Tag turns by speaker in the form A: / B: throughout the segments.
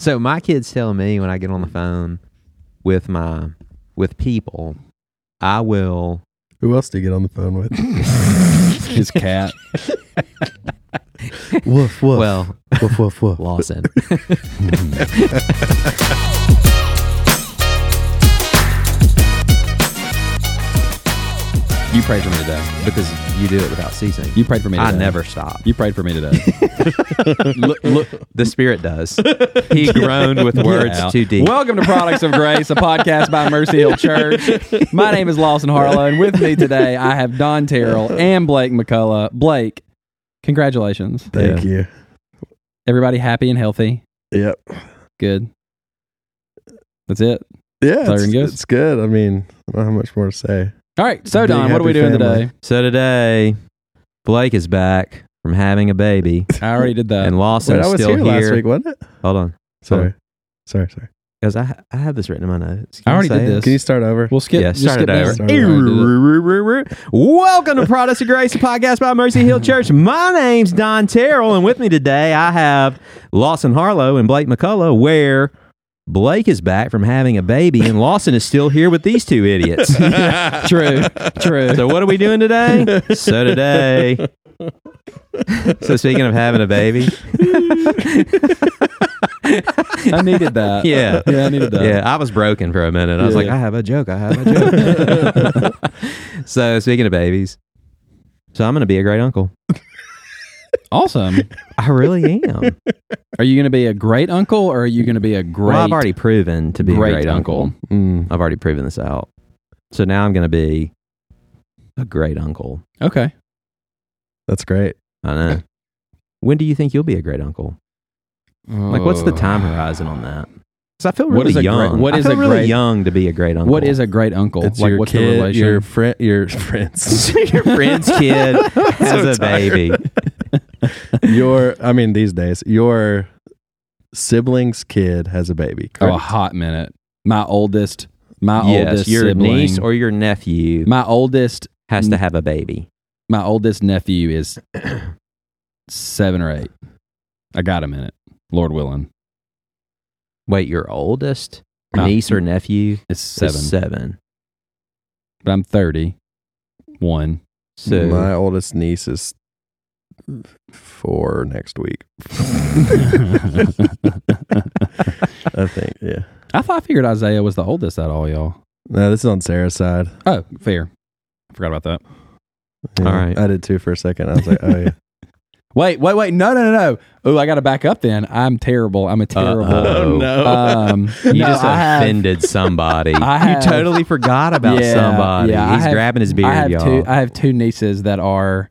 A: So my kids telling me when I get on the phone with my with people, I will
B: Who else do you get on the phone with?
C: His cat.
B: woof woof.
A: well
B: woof woof woof.
A: Lawson.
C: You prayed for me today.
A: because you do it without ceasing.
C: You prayed for me today.
A: I never stop.
C: You prayed for me today. look, look,
A: The spirit does. He groaned with words
C: Yeah.
A: too deep.
C: Welcome to Products of Grace, a podcast by Mercy Hill Church. My name is Lawson Harlow, and with me today I have Don Terrell and Blake McCullough. Blake, congratulations.
B: Thank you.
C: Everybody happy and healthy.
B: Yep.
C: Good. That's it.
B: Yeah. It's,
C: Siren goes.
B: it's good. I mean, I don't have much more to say.
C: All right. So,
B: Big
C: Don, what are we
B: happy
C: doing
B: family.
C: today?
A: So today, Blake is back from having a baby,
C: I already did that.
A: and Lawson
B: Wait,
A: is
B: I was
A: still
B: here
A: here.
B: last week, wasn't it?
A: Hold on,
B: Sorry. Sorry, sorry.
A: because I I have this written in my notes.
C: I
A: Can you
C: already
A: say
C: did
A: it?
C: this.
B: Can you start over?
C: We'll skip.
A: yeah,
C: just
A: start
C: skip
A: it over.
C: down.
B: Start it over.
A: Welcome to Products of Grace, a podcast by Mercy Hill Church. My name's Don Terrell, and with me today I have Lawson Harlow and Blake McCullough, where Blake is back from having a baby, and Lawson is still here with these two idiots.
C: True. True.
A: so what are we doing today? So today. So speaking of having a baby,
C: I needed that.
A: Yeah.
C: Yeah, I needed that.
A: yeah, I was broken for a minute. I was like,
C: Yeah.
A: I have a joke. I have a joke. so speaking of babies, so I'm going to be a great uncle.
C: Awesome.
A: I really am.
C: Are you going to be a great uncle or are you going to be a great
A: Well, I've already proven to be
C: great
A: a great uncle.
B: Mm.
A: I've already proven this out. So now I'm going to be a great uncle.
C: Okay.
B: That's great.
A: I know. when do you think you'll be a great uncle? Like, what's the time horizon on that? Because I feel really
C: Oh. What is a great-
A: young.
C: what
A: I
C: is
A: feel
C: a
A: really
C: great-
A: young to be a great uncle?
C: What is a great uncle?
B: It's
C: like
B: your
C: what's the
B: kid,
C: relation?
B: your friend, your friends,
A: your friend's kid has a
B: tired.
A: baby?
B: your. I mean, these days, your sibling's kid has a baby.
C: oh,
B: Correct?
C: a hot minute. My oldest my
A: yes,
C: oldest
A: your
C: sibling,
A: niece or your nephew
C: my oldest
A: has to have a baby.
C: my oldest nephew is 7 or 8. I got a minute. Lord willing.
A: Wait, your oldest
C: No.
A: niece or nephew
C: It's
A: is
C: 7.
A: seven.
C: But I'm 31.
A: So
B: my oldest niece is four next week. I think. Yeah.
C: I thought I figured Isaiah was the oldest out of all y'all.
B: No, this is on Sarah's side.
C: Oh, fair. I forgot about that.
B: Yeah,
A: All right.
B: I did too for a second. I was like, oh yeah.
C: Wait, wait, wait. No, no, no, no. Oh, I got to back up then. I'm terrible. I'm a terrible.
A: Uh-oh. Oh,
B: no.
C: Um,
A: You
C: no,
A: just
C: I have-
A: offended somebody.
C: I have-
A: you totally forgot about
C: Yeah,
A: somebody.
C: yeah, I
A: He's
C: have-
A: grabbing his beard,
C: I have
A: y'all.
C: two. I have two nieces that are.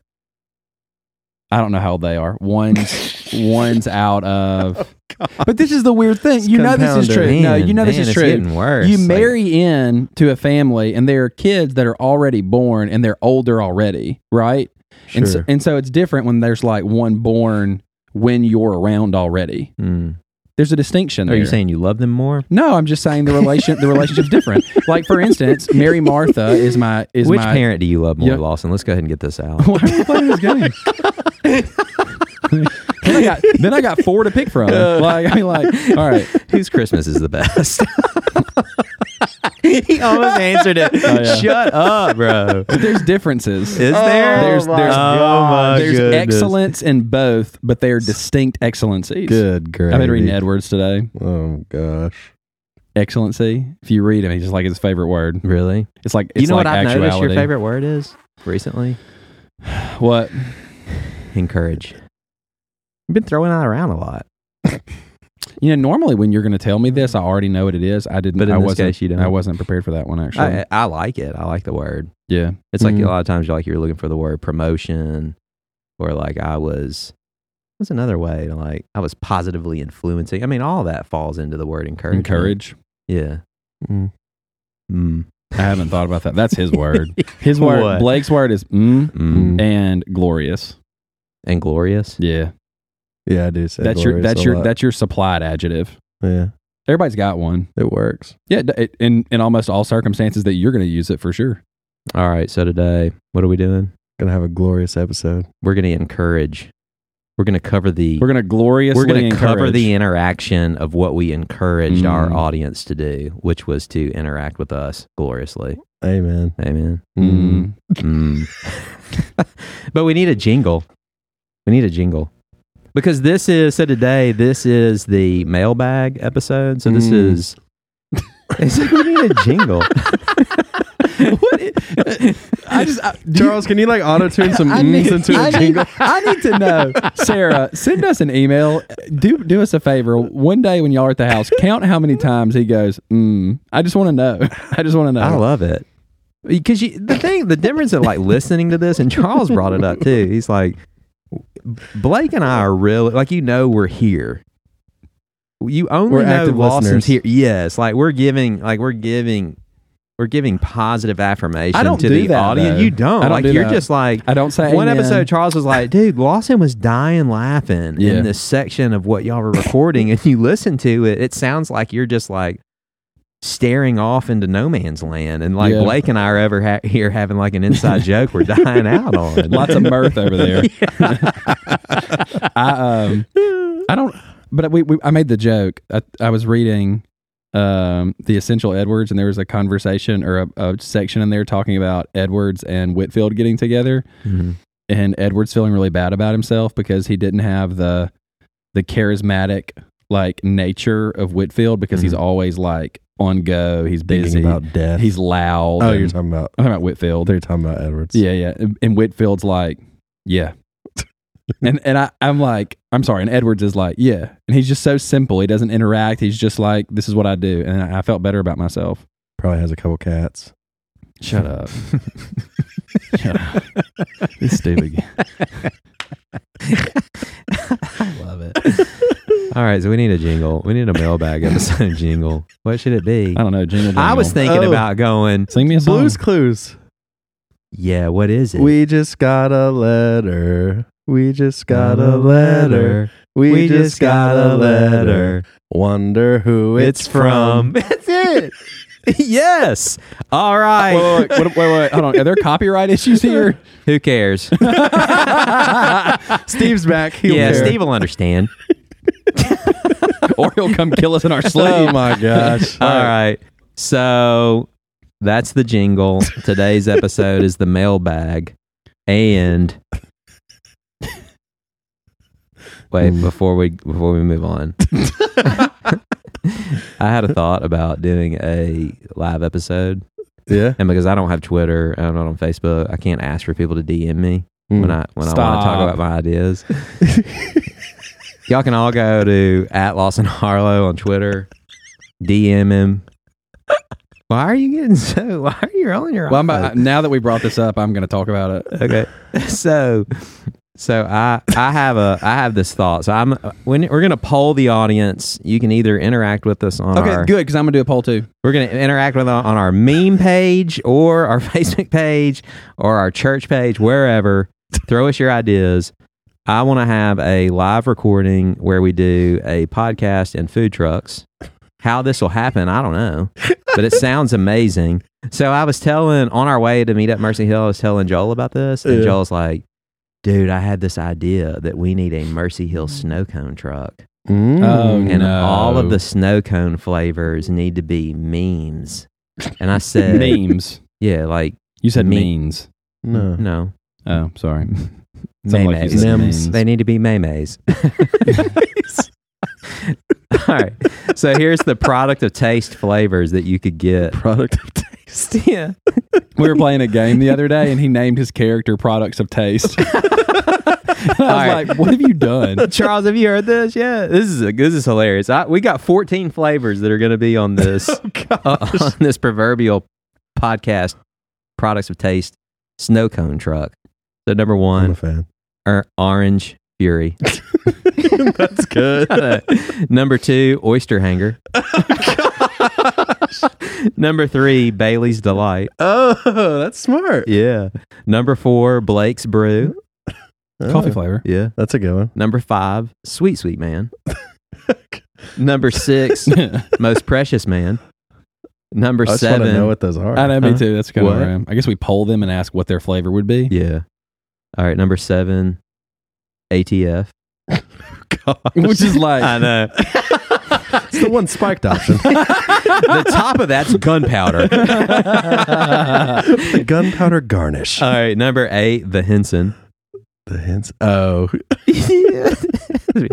C: I don't know how old they are. One's one's out of.
A: Oh,
C: But this is the weird thing. you know this is true.
A: Man,
C: no, you know this
A: man,
C: is
A: it's
C: true.
A: Getting worse.
C: You
A: Like,
C: marry in to a family, and there are kids that are already born, and they're older already, right?
B: Sure.
C: And, so, and so it's different when there's like one born when you're around already.
A: mm.
C: There's a distinction
A: Are
C: there.
A: you saying you love them more?
C: No, I'm just saying the relation the relationship's different. Like for instance, Mary Martha is my is
A: Which
C: my
A: parent do you love more,
C: Yeah.
A: Lawson? Let's go ahead and get this out.
C: Why are we playing this game? then, I got, then I got four to pick from. Like I mean, like all right,
A: Whose Christmas is the best? he almost answered it.
B: Oh,
C: yeah.
A: Shut up, bro.
C: but there's differences.
A: Is there?
C: There's- Oh my there's-
A: oh my
C: there's
A: goodness.
C: excellence in both, but they are distinct excellencies.
B: Good gravy.
C: I've been reading Edwards today.
B: Oh gosh.
C: Excellency. If you read him, he's just like his favorite word.
A: Really?
C: It's like it's
A: you know
C: like
A: what I've
C: actuality.
A: noticed your favorite word is recently?
C: What?
A: Encourage. You've been throwing that around a lot.
C: You know, normally when you're going to tell me this, I already know what it is. I didn't.
A: But in
C: I
A: this
C: wasn't.
A: case, you don't.
C: I wasn't prepared for that one actually.
A: I, I like it. I like the word.
C: yeah.
A: It's like
B: Mhm.
A: a lot of times you're like you're looking for the word promotion or like I was what's another way to like I was positively influencing. I mean all that falls into the word encourage.
C: Encourage.
A: Yeah.
B: Mm.
A: Mm.
C: I haven't thought about that. That's his word. His word.
A: What?
C: Blake's word is mm
A: Mm.
C: and glorious.
A: And glorious.
C: Yeah.
B: Yeah, I do say
C: that's your.
B: glorious
C: That's
B: a
C: your.
B: lot.
C: That's your supplied adjective.
B: yeah.
C: Everybody's got one.
B: It works.
C: Yeah. d- It, in in almost all circumstances that you're going to use it for sure.
A: All right, so today, what are we doing?
B: Gonna have a glorious episode.
A: We're gonna encourage We're going to cover the
C: We're going to gloriously
A: we're going to
C: encourage.
A: cover the interaction of what we encouraged our
C: Mm.
A: audience to do, which was to interact with us gloriously.
B: Amen.
A: Amen.
B: Mm.
C: Mm.
A: Mm. but we need a jingle. We need a jingle. Because this is so today this is the mailbag episode. So this
C: Mm.
A: is it's like we need a jingle.
C: What i- I just I, do you-
B: Charles, can you like auto tune some
C: I
B: mms into
C: I
B: a jingle?
C: I need to know, Sarah. Send us an email. Do do us a favor. One day when y'all are at the house, count how many times he goes. Mm. I just want to know. I just want to know.
A: I love it. Because you, the thing, the difference of like listening to this, and Charles brought it up too. He's like, Blake and I are really like you know we're here. You only
B: We're
A: know
B: active
A: Lawson's
B: listeners.
A: here. Yes, like we're giving, like we're giving, we're giving positive affirmation
C: I don't
A: to
C: do
A: the
C: that,
A: audience.
C: though.
A: You don't.
C: I don't
A: like
C: do
A: you're
C: that.
A: just like
C: I don't say
A: one
C: amen.
A: episode. Charles was like, dude, Lawson was dying laughing
C: Yeah.
A: in this section of what y'all were recording, and you listen to it. It sounds like you're just like staring off into no man's land, and like
C: Yeah.
A: Blake and I are ever ha- here having like an inside joke we're dying out on.
C: Lots of mirth over there. I um I don't. But we, we I made the joke. I, I was reading um the essential Edwards, and there was a conversation or a, a section in there talking about Edwards and Whitfield getting together,
A: Mhm.
C: and Edwards feeling really bad about himself because he didn't have the the charismatic like nature of Whitfield because he's
A: Mhm.
C: always like on go. He's busy.
B: Mm-hmm. Thinking about death.
C: he's loud.
B: oh,
C: and-
B: you're talking about
C: I'm talking about Whitfield.
B: they're talking about Edwards.
C: Yeah, yeah. And, and Whitfield's like, yeah. and and I, I'm like, I'm sorry. And Edwards is like, yeah. And he's just so simple. He doesn't interact. He's just like, this is what I do. And I, I felt better about myself.
B: probably has a couple cats.
C: Shut up. Shut up. This stupid. I love it.
A: All right, so we need a jingle. We need a mailbag episode jingle. What should it be?
C: I don't know. Jingle,
A: I was
C: jangle.
A: thinking
B: Oh.
A: about going.
C: Sing me a song.
B: Blues Clues.
A: Yeah, what is it?
B: We just got a letter. We just got a letter. We, just got a letter. Wonder who it's, from.
A: That's it. yes. All right.
C: Wait, wait, wait, wait, wait, wait. Hold on. Are there copyright issues here?
A: Who cares?
B: Steve's back. He'll
A: yeah,
B: care.
A: Steve will understand.
C: Or he'll come kill us in our
B: Oh
C: sleep.
B: my gosh.
A: All right. So that's the jingle. Today's episode is the mailbag. And wait, before we before we move on. I had a thought about doing a live episode.
B: Yeah.
A: And because I don't have Twitter, I'm not on Facebook, I can't ask for people to DM me. when I when I want to talk
C: Hmm. Stop.
A: about my ideas. Y'all can all go to at Lawson Harlow on Twitter, DM him. Why are you getting so? Why are you rolling your
C: Well, I'm
A: eyes?
C: about, now that we brought this up, I'm going to talk about it.
A: okay. So, so I I have a I have this thought. So I'm when we're gonna poll the audience. You can either interact with us on
C: Okay,
A: our
C: good because I'm gonna do a poll too.
A: we're gonna interact with on our meme page or our Facebook page or our church page wherever. Throw us your ideas. I want to have a live recording where we do a podcast and food trucks. How this will happen, I don't know, but it sounds amazing. So I was telling on our way to meet up Mercy Hill, I was telling Joel about this, and
B: Yeah.
A: Joel's like, "Dude, I had this idea that we need a Mercy Hill snow cone truck,
B: Oh,
C: Mm.
A: and
C: No.
A: all of the snow cone flavors need to be memes." And I said,
C: Memes.
A: "Yeah, like
C: You said
A: Me-
C: memes.
B: no.
A: no,
C: Oh, sorry. Sounded like
A: memes."
C: you said
B: Memes.
A: They need to be maymays. All right. So here's the product of taste flavors that you could get.
B: Product of taste.
A: Yeah.
C: We were playing a game the other day, and he named his character "Products of Taste." And I was
A: right.
C: like, "What have you done?"
A: Charles, have you heard this? Yeah. This is a, this is hilarious. I, we got 14 flavors that are going to be on this uh, on this proverbial podcast products of taste snow cone truck. So number
B: I'm a
A: one,
B: fan.
A: or orange fury.
B: That's good.
A: number two, oyster hanger. number three, Bailey's delight.
B: oh, that's smart.
A: Yeah. Number four, Blake's Brew.
C: Coffee
B: Oh,
C: flavor.
A: Yeah.
B: That's a good one.
A: Number five, Sweet Sweet Man. Number six, Most Precious Man. Number
B: I just want to
A: seven.
B: know what those are.
C: I know, me
A: Huh?
C: too. That's kind of
A: What?
C: where I am. I guess we poll them and ask what their flavor would be.
A: yeah. All right. Number seven, ATF.
C: which is like
A: I know.
B: It's the one spiked option.
A: the top of that's gunpowder.
B: the gunpowder garnish.
A: All right, number eight, the Henson.
B: the hints. Oh,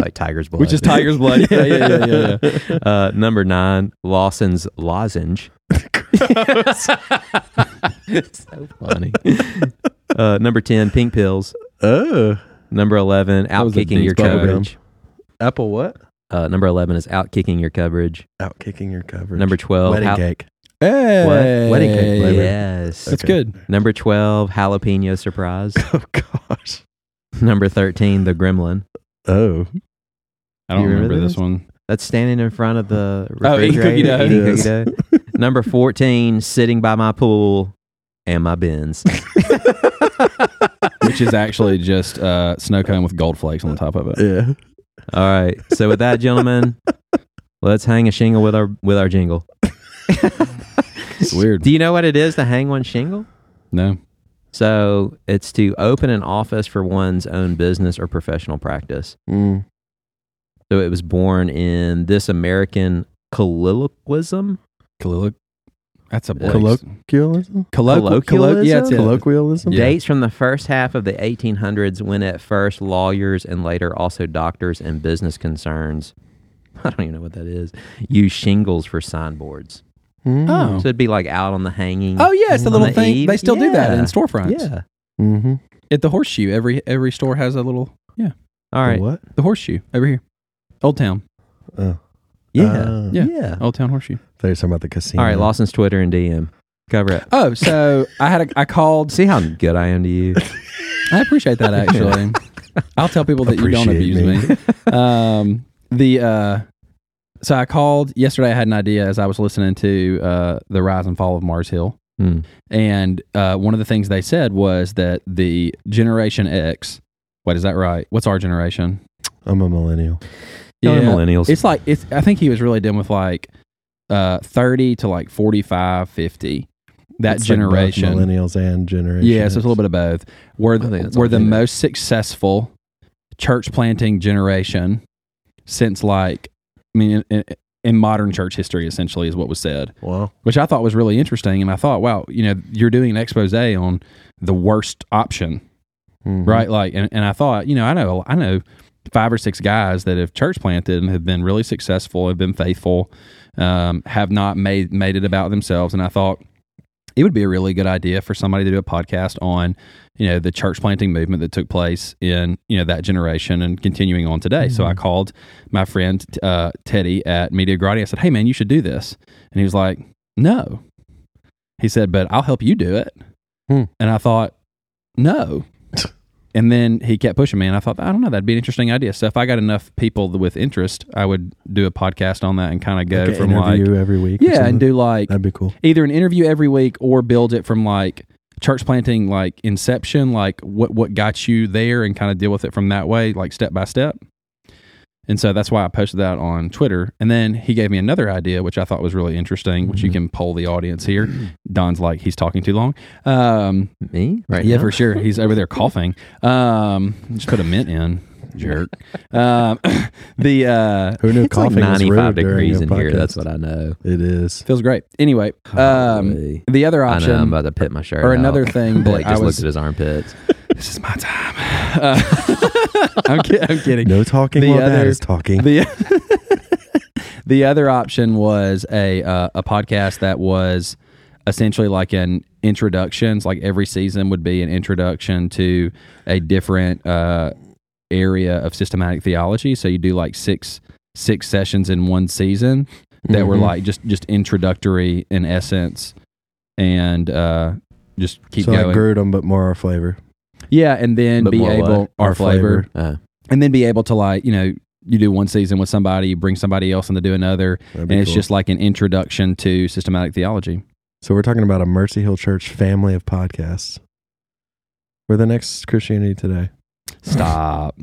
A: like tiger's blood.
C: which is tiger's blood. Yeah, yeah, yeah, yeah. yeah.
A: Uh, number nine, Lawson's lozenge. so funny. Uh, number ten, pink pills.
B: oh,
A: Number eleven, out
C: was a
A: kicking your
C: Dean's bubble
A: coverage.
B: apple what?
A: Uh, number eleven is out kicking your coverage.
B: Out kicking your coverage.
A: Number twelve,
B: wedding
A: out-
B: cake.
C: Hey.
B: Wedding cake flavor.
A: yes.
C: That's
B: Okay.
C: good.
A: Number twelve, jalapeno surprise.
B: Oh gosh.
A: number thirteen, the gremlin.
B: Oh,
C: I don't
A: You remember
C: remember, this
A: this?
C: one.
A: That's standing in front of the
C: Oh, eating
A: refrigerator.
C: cookie dough.
A: eating cookie dough. Number 14, sitting by my pool and my bins.
C: Which is actually just uh, snow cone with gold flakes on the top of it.
B: yeah.
A: All right. So with that, gentlemen, let's hang a shingle with our with our jingle.
C: It's weird.
A: Do you know what it is to hang one shingle?
C: No.
A: So it's to open an office for one's own business or professional practice.
B: Mm.
A: So it was born in this American colloquialism.
C: Colloquial. That's a
A: Yeah.
C: colloquial.
B: Colloquialism.
A: Colloquialism?
C: Yeah, it's a-
B: Colloquialism.
C: Yeah.
A: Dates from the first half of the 1800s when at first lawyers and later also doctors and business concerns, I don't even know what that is, use shingles for signboards.
B: Mm.
A: So it'd be like out on the hanging.
C: Oh yeah, it's the
A: On
C: little
A: the
C: thing.
A: eve?
C: They still do that
A: Yeah.
C: in storefronts.
A: Yeah.
B: Mm-hmm.
C: At the horseshoe, every every store has a little
A: All right.
B: What?
C: the horseshoe over here. Old Town.
B: Oh,
A: Yeah.
B: Ah.
A: yeah.
C: Uh, Yeah. Oh, Old Town Horseshoe.
B: They're talking about the casino.
A: All right. Lawson's Twitter and DM. Cover it.
C: Oh, so I had a I called
A: See how good I am to you.
C: I appreciate that actually. I'll tell people that you don't
B: Appreciate
C: abuse me. um the uh so I called yesterday I had an idea as I was listening to uh the rise and fall of Mars Hill.
A: Hmm.
C: And uh one of the things they said was that the generation X wait, is that right? What's our generation?
B: I'm a millennial.
A: Y'all are millennials.
C: It's like it's I think he was really done with like uh 30 to like 45, 50. That
B: It's like both
C: generation.
B: millennials and generation.
C: yeah, so it's a little bit of both. We're
A: I think
C: the,
A: that's
C: we're
A: all
C: the
A: they do.
C: most successful church planting generation since like I mean in, in, in modern church history essentially is what was said,
B: Wow.
C: which I thought was really interesting and I thought, wow, you know, you're doing an exposé on the worst option
B: Mhm.
C: right? Like, and, and I thought, you know, I know, I know five or six guys that have church planted and have been really successful, have been faithful, um, have not made made it about themselves. And I thought it would be a really good idea for somebody to do a podcast on, you know, the church planting movement that took place in you know that generation and continuing on today. So I called my friend uh, Teddy at Media Grady. I said, "Hey, man, you should do this," and he was like, "No." He said, "But I'll help you do it."
B: Hmm.
C: And I thought, "No." And then he kept pushing me, and I thought, I don't know, that'd be an interesting idea. So if I got enough people with interest, I would do a podcast on that and kind of go
B: Like an
C: from like,
B: interview every week. or
C: yeah,
B: something?
C: and do like
B: that'd be cool.
C: either an interview every week or build it from like church planting, like inception, like what what got you there, and kind of deal with it from that way, like step by step. And so that's why I posted that on Twitter. And then he gave me another idea, which I thought was really interesting, which
A: Mm-hmm.
C: you can poll the audience here. Don's like he's talking too long. Um,
A: Me? Right.
C: yeah,
A: now?
C: for sure. He's over there coughing. Um, just put a mint in, jerk. Um, the uh,
B: Who knew
A: It's like
B: coughing was
A: 95
B: rude
A: degrees in
B: during a
A: here.
B: podcast?
A: That's what I know.
B: It is.
C: feels great. Anyway, um,
A: Golly.
C: the other
A: I know. I'm
C: option
A: about to pit my shirt.
C: or
A: out.
C: another thing that
A: Blake
C: I
A: just
C: was.
A: looked at his armpits.
C: This is my time. Uh, I'm, kid- I'm kidding.
B: No talking
C: The
B: while that
C: other-
B: is talking.
C: The the other option was a uh, a podcast that was essentially like an introductions. Like every season would be an introduction to a different uh, area of systematic theology. So you do like six six sessions in one season that were
B: Mhm.
C: like just just introductory in essence, and uh, just keep
B: so
C: going.
B: like Grudem, but more our flavor.
C: yeah, and then
A: But
C: be
A: more
C: able
A: what?
C: our flavor
A: Uh,
C: and then be able to like you know you do one season with somebody you bring somebody else in to do another
B: That'd
C: and
B: be
C: it's
B: cool.
C: just like an introduction to systematic theology
B: so we're talking about a Mercy Hill Church family of podcasts. We're the next Christianity today.
C: stop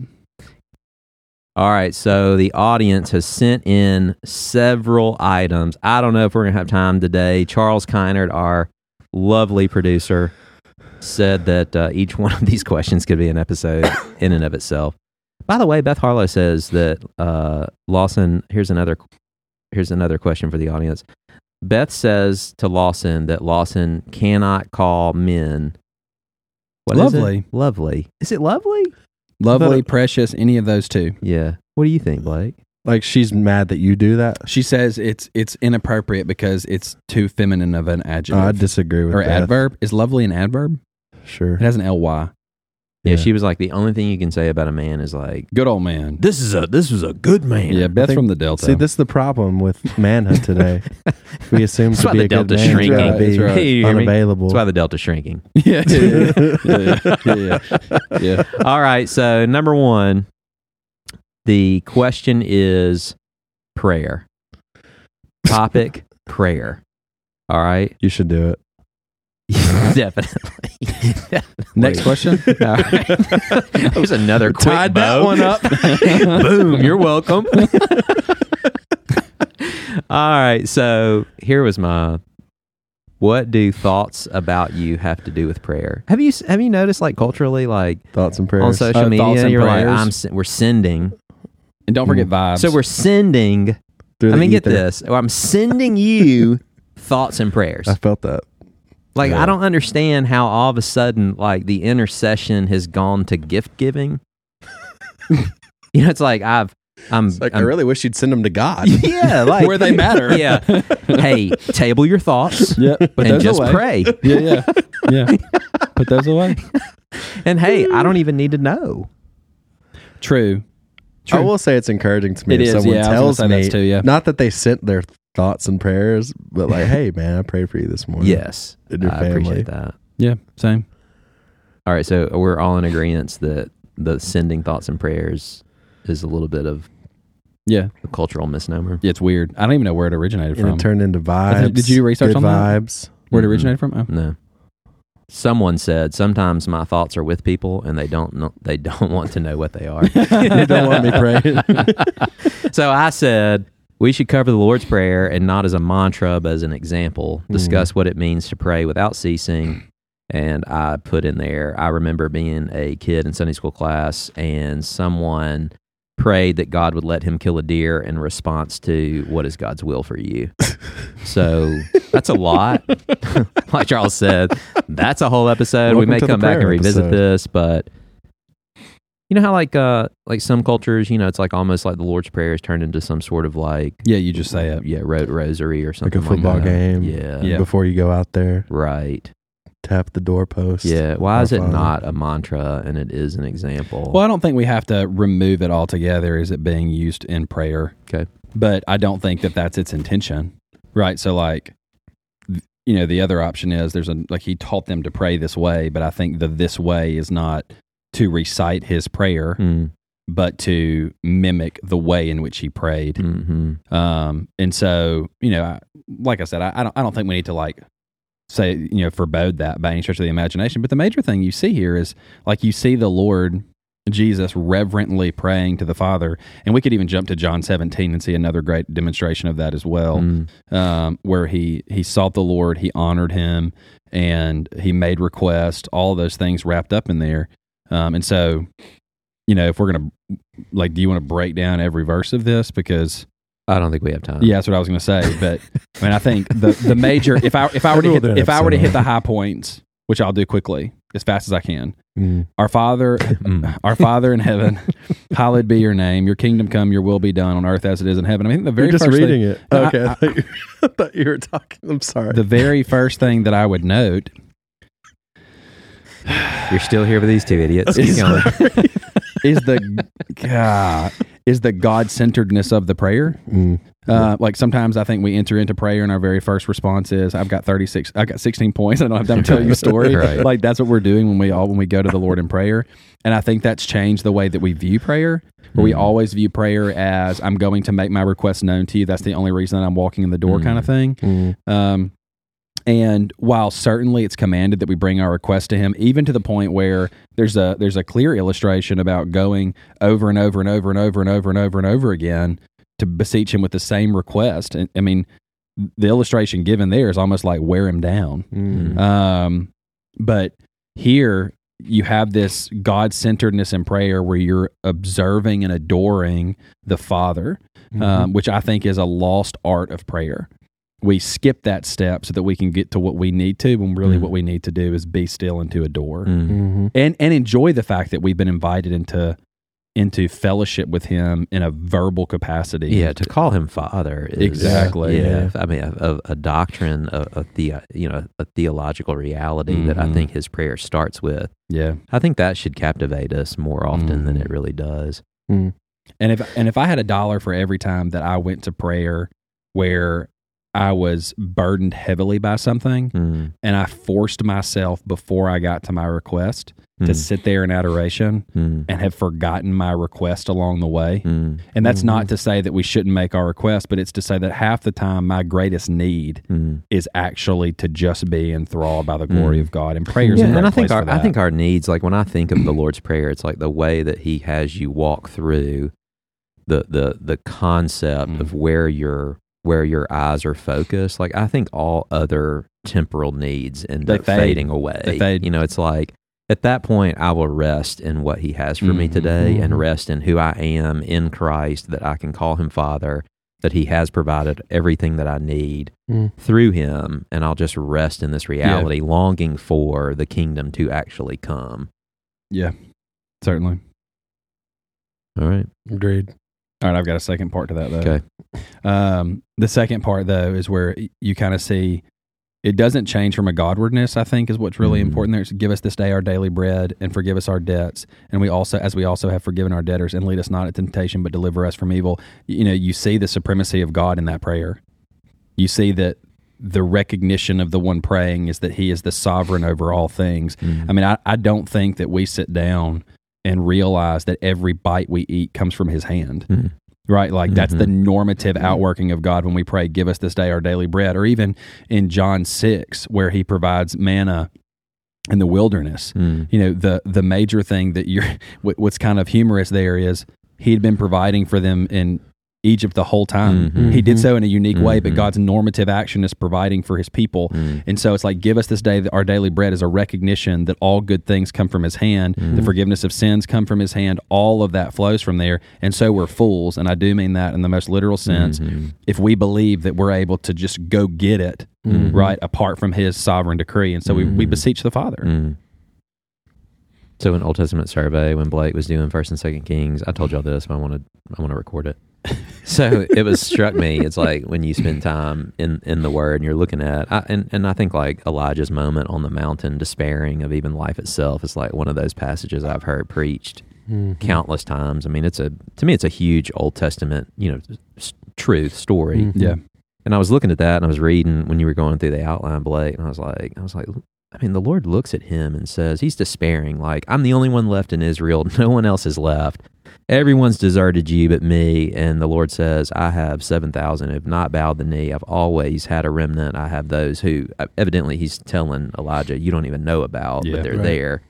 A: All right, so the audience has sent in several items. I don't know if we're going to have time today. Charles Keinert, our lovely producer, said that uh, each one of these questions could be an episode in and of itself. By the way, Beth Harlow says that uh, Lawson. Here's another. Here's another question for the audience. Beth says to Lawson that Lawson cannot call men. what is it?
C: Lovely.
A: Lovely. Is it lovely?
C: Lovely,
B: But-
C: precious, any of those two.
A: Yeah. What do you think, Blake?
B: Like she's mad that you do that.
C: She says it's it's inappropriate because it's too feminine of an adjective
B: I disagree with
C: or
B: Beth.
C: adverb. Is lovely an adverb?
B: Sure.
C: It has an ly.
A: Yeah.
B: Yeah.
A: She was like, the only thing you can say about a man is like,
C: Good old man.
A: this is a this was a good man.
C: yeah, Beth
B: think-
C: from the Delta.
B: See, this is the problem with manhood today. we assume
A: That's
B: to
A: why
B: be
A: the
B: a good
A: Delta's
B: man,
A: shrinking.
B: to be
C: That's right.
A: Hey, you hear me?
B: unavailable.
A: That's why the Delta's shrinking.
C: yeah, yeah, yeah, yeah, yeah, yeah, yeah.
A: All right. So number one, the question is prayer. Topic prayer. All right.
B: you should do it.
A: Definitely.
C: Next question.
A: All right. There's another quick
B: Tied that
A: bow.
B: one up.
A: Boom. You're welcome. All right. So here was my. What do thoughts about you have to do with prayer? Have you have you noticed like culturally like
B: Thoughts and prayers.
A: on social
C: Uh, thoughts
A: media
C: and
A: you're like
C: prayers.
A: I'm sen- we're sending
C: And don't forget vibes.
A: so we're sending
B: Through
A: I
B: the
A: mean, get
B: ether.
A: this. Well, I'm sending you thoughts and prayers.
B: I felt that.
A: Like,
B: yeah.
A: I don't understand how all of a sudden, like, the intercession has gone to gift giving. you know, it's like I've, I'm, I'm-
B: really wish you'd send them to God.
A: yeah, like
C: where they matter.
A: Yeah. Hey, table your thoughts
C: yeah. Put
A: and
C: those
A: just
C: away.
A: pray.
C: Yeah, yeah, yeah. Put those away.
A: And hey, I don't even need to know.
C: True.
B: I will say it's encouraging to me
C: It
B: if
C: is,
B: someone
C: yeah, I was
B: tells
C: gonna say
B: me
C: that too, yeah.
B: not that they sent their thoughts and prayers, but like, hey man, I prayed for you this morning.
A: Yes,
B: And your
A: I appreciate
B: family.
A: that.
C: Yeah, same.
A: All right, so we're all in agreement that the sending thoughts and prayers is a little bit of
C: Yeah.
A: a cultural misnomer.
C: yeah, it's weird. I don't even know where it originated
B: And
C: from.
B: it turned into vibes.
C: think- did you do research
B: good
C: on that?
B: vibes?
C: where it
A: Mhm.
C: originated from? Oh.
A: No. Someone said sometimes my thoughts are with people and they don't know, they don't want to know what they are.
B: you don't want me praying.
A: so I said we should cover the Lord's prayer and not as a mantra but as an example. Discuss what it means to pray without ceasing. And I put in there. I remember being a kid in Sunday school class and someone prayed that God would let him kill a deer in response to what is God's will for you. So that's a lot. like Charles said, that's a whole episode. we
B: Welcome
A: may
B: to the
A: come back and
B: prayer
A: revisit
B: episode.
A: this, but you know how like uh like some cultures, you know, it's like almost like the Lord's Prayer is turned into some sort of like
C: Yeah, you just say it.
A: yeah, ro- rosary or
B: like
A: something
B: a football
A: that.
B: game.
A: Yeah.
C: Yeah.
B: Before you go out there,
A: Right.
B: tap the doorpost.
A: Yeah. Why
B: Our
A: is it
B: Father.
A: not a mantra and it is an example?
C: Well, I don't think we have to remove it altogether. Is it being used in prayer?
A: Okay.
C: But I don't think that that's its intention. Right. So, like, th- you know, the other option is there's a, like, he taught them to pray this way, but I think the this way is not to recite his prayer,
A: Mm,
C: but to mimic the way in which he prayed.
A: mhm.
C: Um, and so, you know, I, like I said, I, I don't, I don't think we need to like say, you know, forebode that by any stretch of the imagination. But the major thing you see here is like you see the Lord Jesus reverently praying to the Father, and we could even jump to John 17 and see another great demonstration of that as well,
A: Mm.
C: um, where he he sought the Lord, he honored Him, and he made requests. All those things wrapped up in there, um, and so. You know, if we're gonna like, do you want to break down every verse of this? Because
A: I don't think we have time.
C: yeah, that's what I was going to say. But I mean, I think the the major if I if I were
B: Maybe
C: to
B: we'll
C: hit,
B: do an
C: if I were to
B: episode
C: hit
B: on
C: the high points, which I'll do quickly as fast as I can.
B: Mm.
C: Our Father,
A: Mm.
C: our Father in heaven, hallowed be your name. Your kingdom come. Your will be done on earth as it is in heaven. I mean, the very
B: You're just
C: first thing,
B: reading it.
C: No, I-
B: okay, I, thought you, I thought you were talking. I'm sorry.
C: the very first thing that I would note
A: You're still here with these two idiots. Keep going.
C: is the God, is the God centeredness of the prayer.
B: Mm.
C: Uh, like sometimes I think we enter into prayer and our very first response is, "I've got thirty six, I've got sixteen points. I don't have time to tell you a story."
A: Right.
C: Like that's what we're doing when we all when we go to the Lord in prayer, and I think that's changed the way that we view prayer. Where we
A: Mm.
C: always view prayer as, "I'm going to make my request known to you." That's the only reason that I'm walking in the door, kind of thing.
B: Mm.
C: Um, and while certainly it's commanded that we bring our request to him, even to the point where there's a there's a clear illustration about going over and over and over and over and over and over and over again to beseech him with the same request. And, I mean, the illustration Mm. given there is almost like wear him down.
B: Mm.
C: Um, but Um, here you have this God centeredness in prayer where you're observing and adoring the Father,
B: mm,
A: Mm-hmm.
C: um, which I think is a lost art of prayer. We skip that step so that we can get to what we need to, when really
A: Mm.
C: what we need to do is be still and to adore
A: Mm.
B: Mm-hmm.
C: and and enjoy the fact that we've been invited into into fellowship with Him in a verbal capacity.
A: Yeah, to call him father is
C: Exactly,
A: Yeah,
C: yeah.
A: I mean, a, a, a doctrine, a, a the you know, a theological reality that I
C: Mhm.
A: think his prayer starts with.
C: yeah.
A: I think that should captivate us more often than
C: Mhm.
A: it really does.
C: And if and if I had a dollar for every time that I went to prayer where I was burdened heavily by something
A: Mm.
C: and I forced myself before I got to my request to
A: Mm.
C: sit there in adoration
A: Mm.
C: and have forgotten my request along the way.
A: Mm.
C: And that's not to say that we shouldn't make our request, but it's to say that half the time my greatest need
A: Mm.
C: is actually to just be enthralled by the glory
A: Mm.
C: of God. And prayers
A: Yeah,
C: a great
A: and I
C: place
A: think our
C: for
A: I
C: that.
A: think our needs, like when I think of the Lord's Prayer, it's like the way that He has you walk through the the the concept
C: Mm-hmm.
A: of where your where your eyes are focused. Like I think all other temporal needs end
C: They
A: up
C: fade.
A: fading away.
C: They fade.
A: You know, it's like at that point I will rest in what He has for me
C: Mhm.
A: today, and rest in who I am in Christ. That I can call Him Father. That He has provided everything that I need through him and I'll just rest in this reality, longing for the kingdom to actually come.
C: certainly.
A: All right.
B: Agreed.
C: All right, I've got a second part to that though.
A: Okay.
C: Um, the second part though is where y- you kind of see it doesn't change from a godwardness. I think is what's really
A: Mhm.
C: important there. It's give us this day our daily bread and forgive us our debts, and we also as we also have forgiven our debtors and lead us not into temptation, but deliver us from evil. Y- You know, you see the supremacy of God in that prayer. You see that the recognition of the one praying is that He is the sovereign over all things.
A: Hmm.
C: I mean, I, I don't think that we sit down and realize that every bite we eat comes from his hand.
A: Mhm.
C: Right? Like that's the
A: Mhm.
C: normative outworking of God when we pray, give us this day our daily bread. Or even in John 6, where he provides manna in the wilderness.
A: Mm.
C: You know, the, the major thing that you're, what- what's kind of humorous there is he'd been providing for them in Egypt the whole time.
B: Mm-hmm.
A: Mhm.
C: He did so in a unique way, but
A: Mhm.
C: God's normative action is providing for his people.
A: Mm.
C: And so it's like, give us this day our daily bread is a recognition that all good things come from his hand. The
A: Mm-hmm.
C: forgiveness of sins come from his hand. All of that flows from there. And so we're fools. And I do mean that in the most literal sense.
A: Mhm.
C: If we believe that we're able to just go get it,
A: Mhm.
C: right, apart from his sovereign decree. And so we, we
A: Mhm.
C: beseech the Father.
A: Mm. So in Old Testament survey when Blake was doing first and second Kings, I told y'all this, but I wanna I wanna record it. so it was struck me, it's like when you spend time in, in the word and you're looking at I, and, and I think like Elijah's moment on the mountain despairing of even life itself is like one of those passages I've heard preached
B: Mm-hmm.
A: countless times. I mean, it's a to me, it's a huge Old Testament, you know, s- truth story.
B: Mhm.
C: Yeah.
A: And I was looking at that, and I was reading when you were going through the outline, Blake, and I was like, I was like, I mean, the Lord looks at him and says, he's despairing. Like I'm the only one left in Israel. No one else is left. Everyone's deserted you but me. And the Lord says, I have 7,000 who have not bowed the knee. I've always had a remnant. I have those who, uh, evidently, he's telling Elijah, you don't even know about,
C: Yeah,
A: but they're
B: right.
A: there.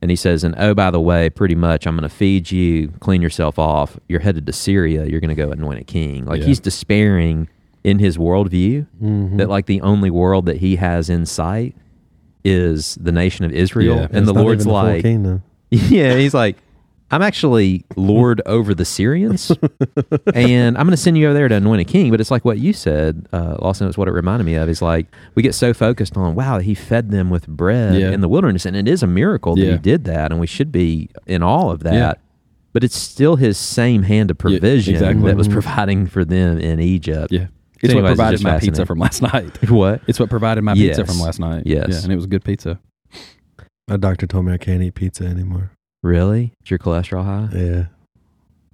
A: And he says, and oh, by the way, pretty much, I'm going to feed you, clean yourself off. You're headed to Syria. You're going to go anoint a king. Like
C: Yeah. Mm-hmm.
A: he's despairing in his worldview
B: Mm-hmm.
A: that, like, the only world that he has in sight is the nation of Israel.
C: Yeah.
A: and the Lord's like,
B: kingdom.
A: yeah, he's like, I'm actually Lord over the Syrians, and I'm going to send you over there to anoint a king. But it's like what you said, uh, Lawson. It's what it reminded me of. Is like we get so focused on, wow, he fed them with bread
C: Yeah.
A: in the wilderness, and it is a miracle that
C: Yeah.
A: he did that, and we should be in all of that.
C: Yeah.
A: But it's still his same hand of provision
C: exactly.
A: that was
B: Mhm.
A: providing for them in Egypt. So
C: Yeah. It's
A: anyways,
C: what provided
A: just
C: my pizza
A: fascinating.
C: from last night.
A: What?
C: It's what provided my pizza
A: Yes.
C: from last night.
A: Yes.
C: Yeah, and it was good pizza.
B: A doctor told me I can't eat pizza anymore.
A: Really? Is your cholesterol high?
B: Yeah.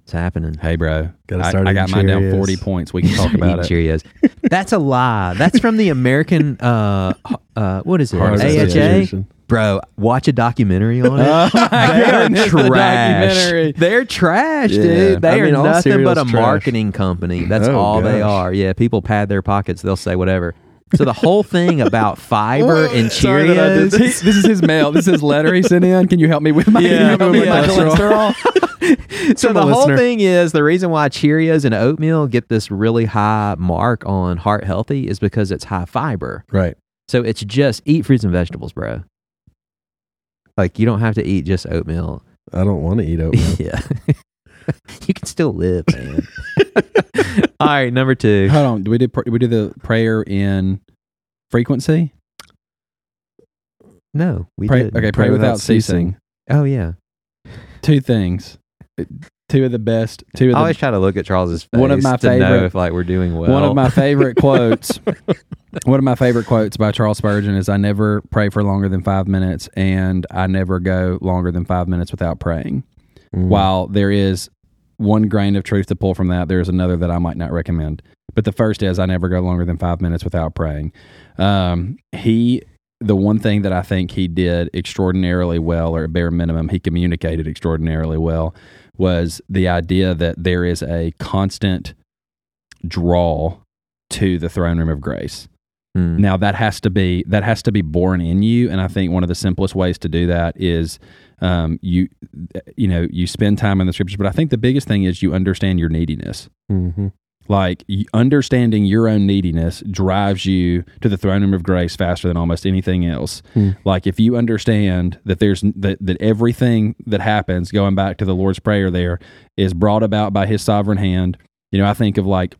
A: It's happening.
C: Hey, bro.
B: Gotta
C: I-
B: start
C: I,
B: eating
C: got mine down
B: Cheerios.
C: 40 points. We can talk about it.
A: Cheerios. That's a lie. That's from the American. Uh, h- uh, what is it?
C: Heart
A: AHA.
B: Association.
A: Bro, watch a documentary on it.
C: Oh my
A: they are
C: goodness, the documentary.
A: trash. They're trash,
B: Yeah.
A: dude. They
B: I mean,
A: are
B: all
A: nothing but a
B: cereal's trash.
A: marketing company. That's
B: Oh,
A: all they
B: gosh.
A: are. Yeah, people pad their pockets. They'll say whatever. So the whole thing about fiber and
B: sorry that I did
A: Cheerios.
C: He- this is his mail. This is his letter he sent in. Can you help me with my,
A: Yeah,
C: help me with my cholesterol?
A: so
B: Come
A: the
B: on,
A: whole
B: listener.
A: thing is the reason why Cheerios and oatmeal get this really high mark on heart healthy is because it's high fiber.
B: Right.
A: So it's just eat fruits and vegetables, bro. Like you don't have to eat just oatmeal.
B: I don't want to eat oatmeal.
A: yeah. you can still live, man. All right, number two.
C: Hold on. Do we do pr- we do the prayer in frequency?
A: No, we
C: Pray,
A: did.
C: okay, pray,
B: Pray
C: without,
B: without
C: ceasing.
A: Oh yeah.
C: Two things. Two of the best. Two
A: I
C: of
A: always
C: the,
A: try to look at Charles's face
C: One of my
A: to know
C: favorite-
A: if like we're doing well. Mm-hmm.
C: one of my favorite quotes. One of my favorite quotes by Charles Spurgeon is I never pray for longer than 5 minutes and I never go longer than 5 minutes without praying.
A: Mm-hmm.
B: Mm.
C: While there is one grain of truth to pull from that, there is another that I might not recommend. But the first is I never go longer than five minutes without praying. Um, he, the one thing that I think he did extraordinarily well, or at bare minimum, he communicated extraordinarily well, was the idea that there is a constant draw to the throne room of grace.
A: Mm.
C: Now that has to be that has to be born in you, and I think one of the simplest ways to do that is um, you you know you spend time in the scriptures. But I think the biggest thing is you understand your neediness.
B: Mhm.
C: Like y- understanding your own neediness drives you to the throne room of grace faster than almost anything else.
B: Hmm.
C: Like if you understand that there's that, that everything that happens, going back to the Lord's prayer, there is brought about by His sovereign hand. You know, I think of like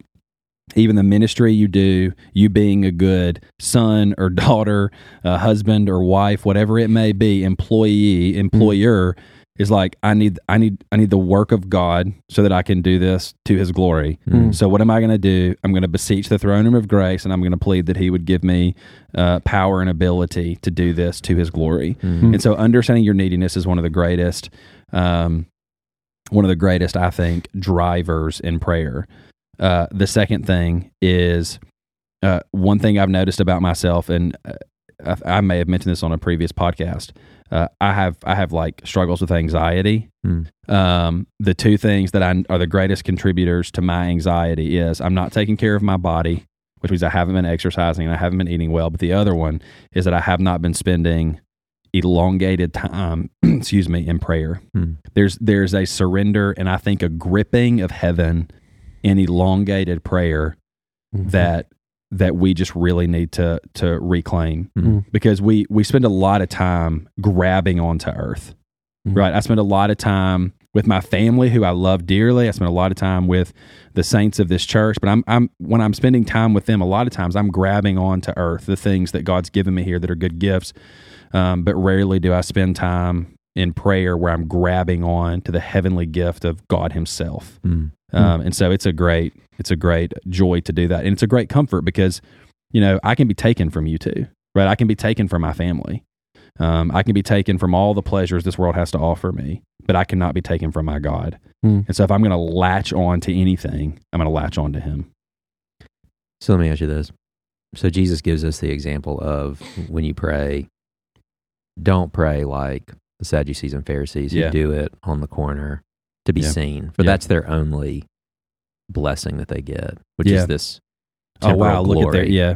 C: even the ministry you do, you being a good son or daughter, a husband or wife, whatever it may be, employee, employer. Is like I need, I need, I need the work of God so that I can do this to His glory.
B: Mm.
C: So what am I going to do? I'm going to beseech the throne room of grace, and I'm going to plead that He would give me uh, power and ability to do this to His glory.
A: Mm.
C: And so, understanding your neediness is one of the greatest, um, one of the greatest, I think, drivers in prayer. Uh, the second thing is uh, one thing I've noticed about myself, and uh, I, I may have mentioned this on a previous podcast. Uh, I have I have like struggles with anxiety.
A: Hmm.
C: Um, the two things that I are the greatest contributors to my anxiety is I'm not taking care of my body, which means I haven't been exercising and I haven't been eating well. But the other one is that I have not been spending elongated time, excuse me, in prayer.
A: Hmm.
C: There's there's a surrender and I think a gripping of heaven in elongated prayer
B: Mhm.
C: that that we just really need to to reclaim
A: Mm.
C: because we we spend a lot of time grabbing onto earth
B: Mhm.
C: right i spend a lot of time with my family who i love dearly i spend a lot of time with the saints of this church but i'm i'm when i'm spending time with them a lot of times i'm grabbing onto earth the things that god's given me here that are good gifts um, but rarely do i spend time in prayer where i'm grabbing on to the heavenly gift of god himself
A: Mm.
C: um, and so it's a great it's a great joy to do that, and it's a great comfort because you know I can be taken from you too, right? I can be taken from my family, um, I can be taken from all the pleasures this world has to offer me, but I cannot be taken from my God.
B: Hmm.
C: And so if I'm going to latch on to anything, I'm going to latch on to Him.
A: So let me ask you this. So Jesus gives us the example of when you pray, don't pray like the Sadducees and Pharisees who
C: Yeah.
A: do it on the corner to be
C: Yeah.
A: seen, for
C: Yeah.
A: that's their only blessing that they get, which
C: Yeah.
A: is this.
C: oh wow,
A: temporal
C: look at that!
A: glory.
C: Yeah,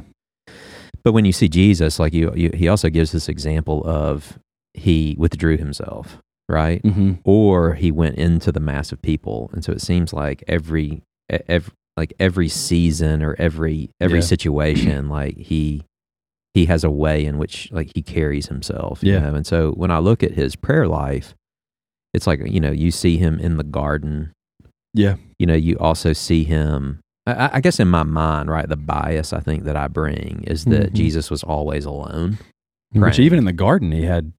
A: But when you see Jesus, like you, you, he also gives this example of he withdrew himself, right?
C: hmm
A: or he went into the mass of people and so it seems like every every like every season or every every
C: Yeah.
A: situation like he he has a way in which like he carries himself you
C: Yeah.
A: know? and so when i look at his prayer life it's like you know you see him in the garden
C: Yeah.
A: you know you also see him I- I, I guess in my mind right the bias i think that i bring is that
B: Mhm.
A: jesus was always alone
C: Mm-hmm. which
A: praying.
C: even in the garden He had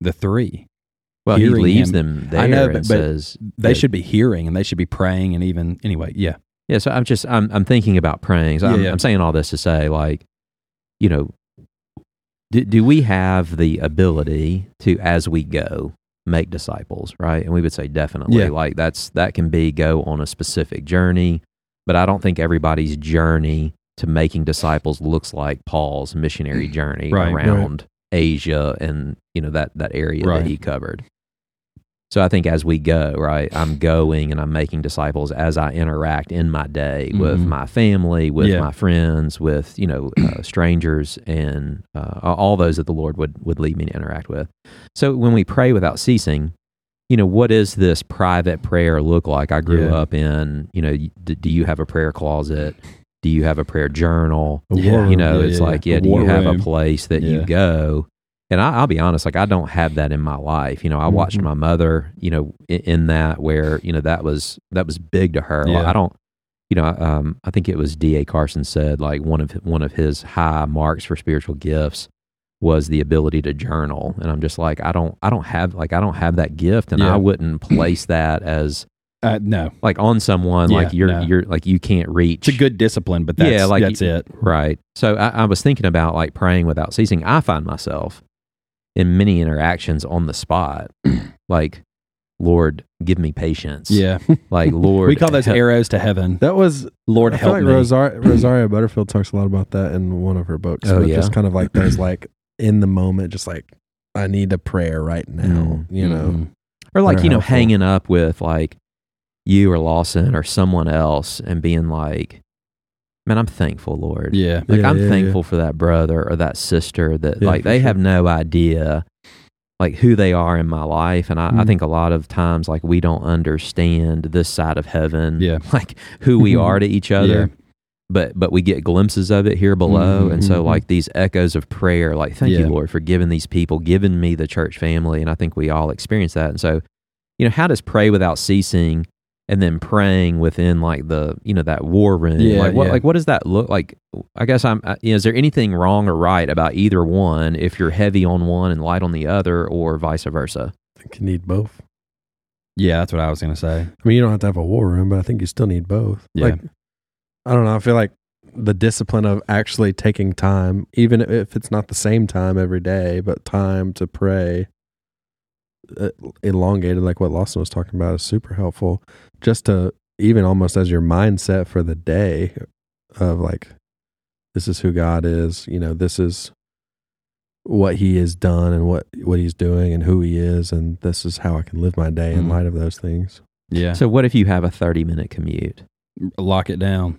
C: the three.
A: well he
C: hearing
A: leaves them
C: him-
A: there
C: I know,
A: and
C: but- but
A: says
C: They
A: Yeah.
C: should be hearing and they should be praying and even anyway. Yeah,
A: Yeah, so I'm just I'm I'm thinking about praying. So I'm,
C: Yeah, yeah.
A: I'm saying all this to say, like, you know, do, do we have the ability to, as we go, make disciples, right? And we would say definitely,
C: Yeah.
A: like that's that can be go on a specific journey, but I don't think everybody's journey to making disciples looks like Paul's missionary journey
C: Right, right.
A: around Asia and you know that that area
C: Right.
A: that he covered. So I think as we go, right, I'm going and I'm making disciples as I interact in my day with
C: Mhm.
A: my family, with
C: Yeah.
A: my friends, with you know uh, strangers, and uh, all those that the Lord would would lead me to interact with. So when we pray without ceasing, you know, what does this private prayer look like? I grew
C: Yeah.
A: up in, you know, y- d- do you have a prayer closet? Do you have a prayer journal?
B: A
C: Yeah.
B: war
A: You know,
C: Yeah,
A: it's
C: yeah,
A: like,
C: yeah.
A: yeah,
C: A
A: do
C: war
A: you have a
C: room.
A: place that you
C: Yeah.
A: go and I, I'll be honest, like I don't have that in my life. You know, I watched
C: Mhm.
A: my mother, you know, in, in that where you know that was that was big to her. Like,
C: Yeah.
A: I don't, you know, um, I think it was D. A. Carson said like one of one of his high marks for spiritual gifts was the ability to journal, and I'm just like I don't I don't have like I don't have that gift, and
C: Yeah.
A: I wouldn't place that as
C: Uh, no,
A: like on someone
C: Yeah,
A: like you're
C: no.
A: you're like you can't reach
C: it's a good discipline, but that's,
A: Yeah, like
C: that's
A: you-
C: it.
A: Right. So I, I was thinking about like praying without ceasing. I find myself in many interactions on the spot, like, Lord, give me patience.
C: Yeah,
A: Like, Lord,
C: we call those
A: help-
C: arrows to heaven.
B: That was
C: Lord
B: I feel
C: help
B: like
C: me.
B: Rosario, Rosaria Butterfield talks a lot about that in one of her books.
A: Oh,
B: but
A: yeah.
B: just kind of like those like in the moment, just like I need a prayer right now. You know,
C: Mhm.
A: or like, you know,
B: helpful.
A: hanging up with like you or Lawson or someone else and being like, man, I'm thankful, Lord.
C: yeah,
A: Like,
B: Yeah,
A: I'm
B: yeah,
A: thankful for that brother or that sister that
B: Yeah,
A: like
B: for
A: they
B: sure.
A: have no idea like who they are in my life. And I, I
B: Mm.
C: Mhm.
A: think a lot of times like we don't understand this side of heaven.
C: Yeah.
A: Like who we are to each other. But but we get glimpses of it here below. And so
C: Mhm.
A: like these echoes of prayer, like thank
C: Yeah.
A: you, Lord, for giving these people, giving me the church family. And I think we all experience that. And so, you know, how does pray without ceasing and then praying within like the you know that war room
C: Yeah,
A: like what
C: yeah.
A: like what does that look like i guess i'm uh, you know, is there anything wrong or right about either one if you're heavy on one and light on the other or vice versa
B: I think you need both.
C: yeah. That's what I was gonna say.
B: I mean, you don't have to have a war room, but I think you still need both.
C: Yeah.
B: Like, I don't know. I feel like the discipline of actually taking time, even if it's not the same time every day, but time to pray, uh, elongated, like what Lawson was talking about, is super helpful. Just to even almost as your mindset for the day of like, this is who God is. You know, this is what He has done and what what He's doing and who He is, and this is how I can live my day in
C: Mhm.
B: light of those things.
C: Yeah,
A: so what if you have a 30 minute commute
C: lock it down.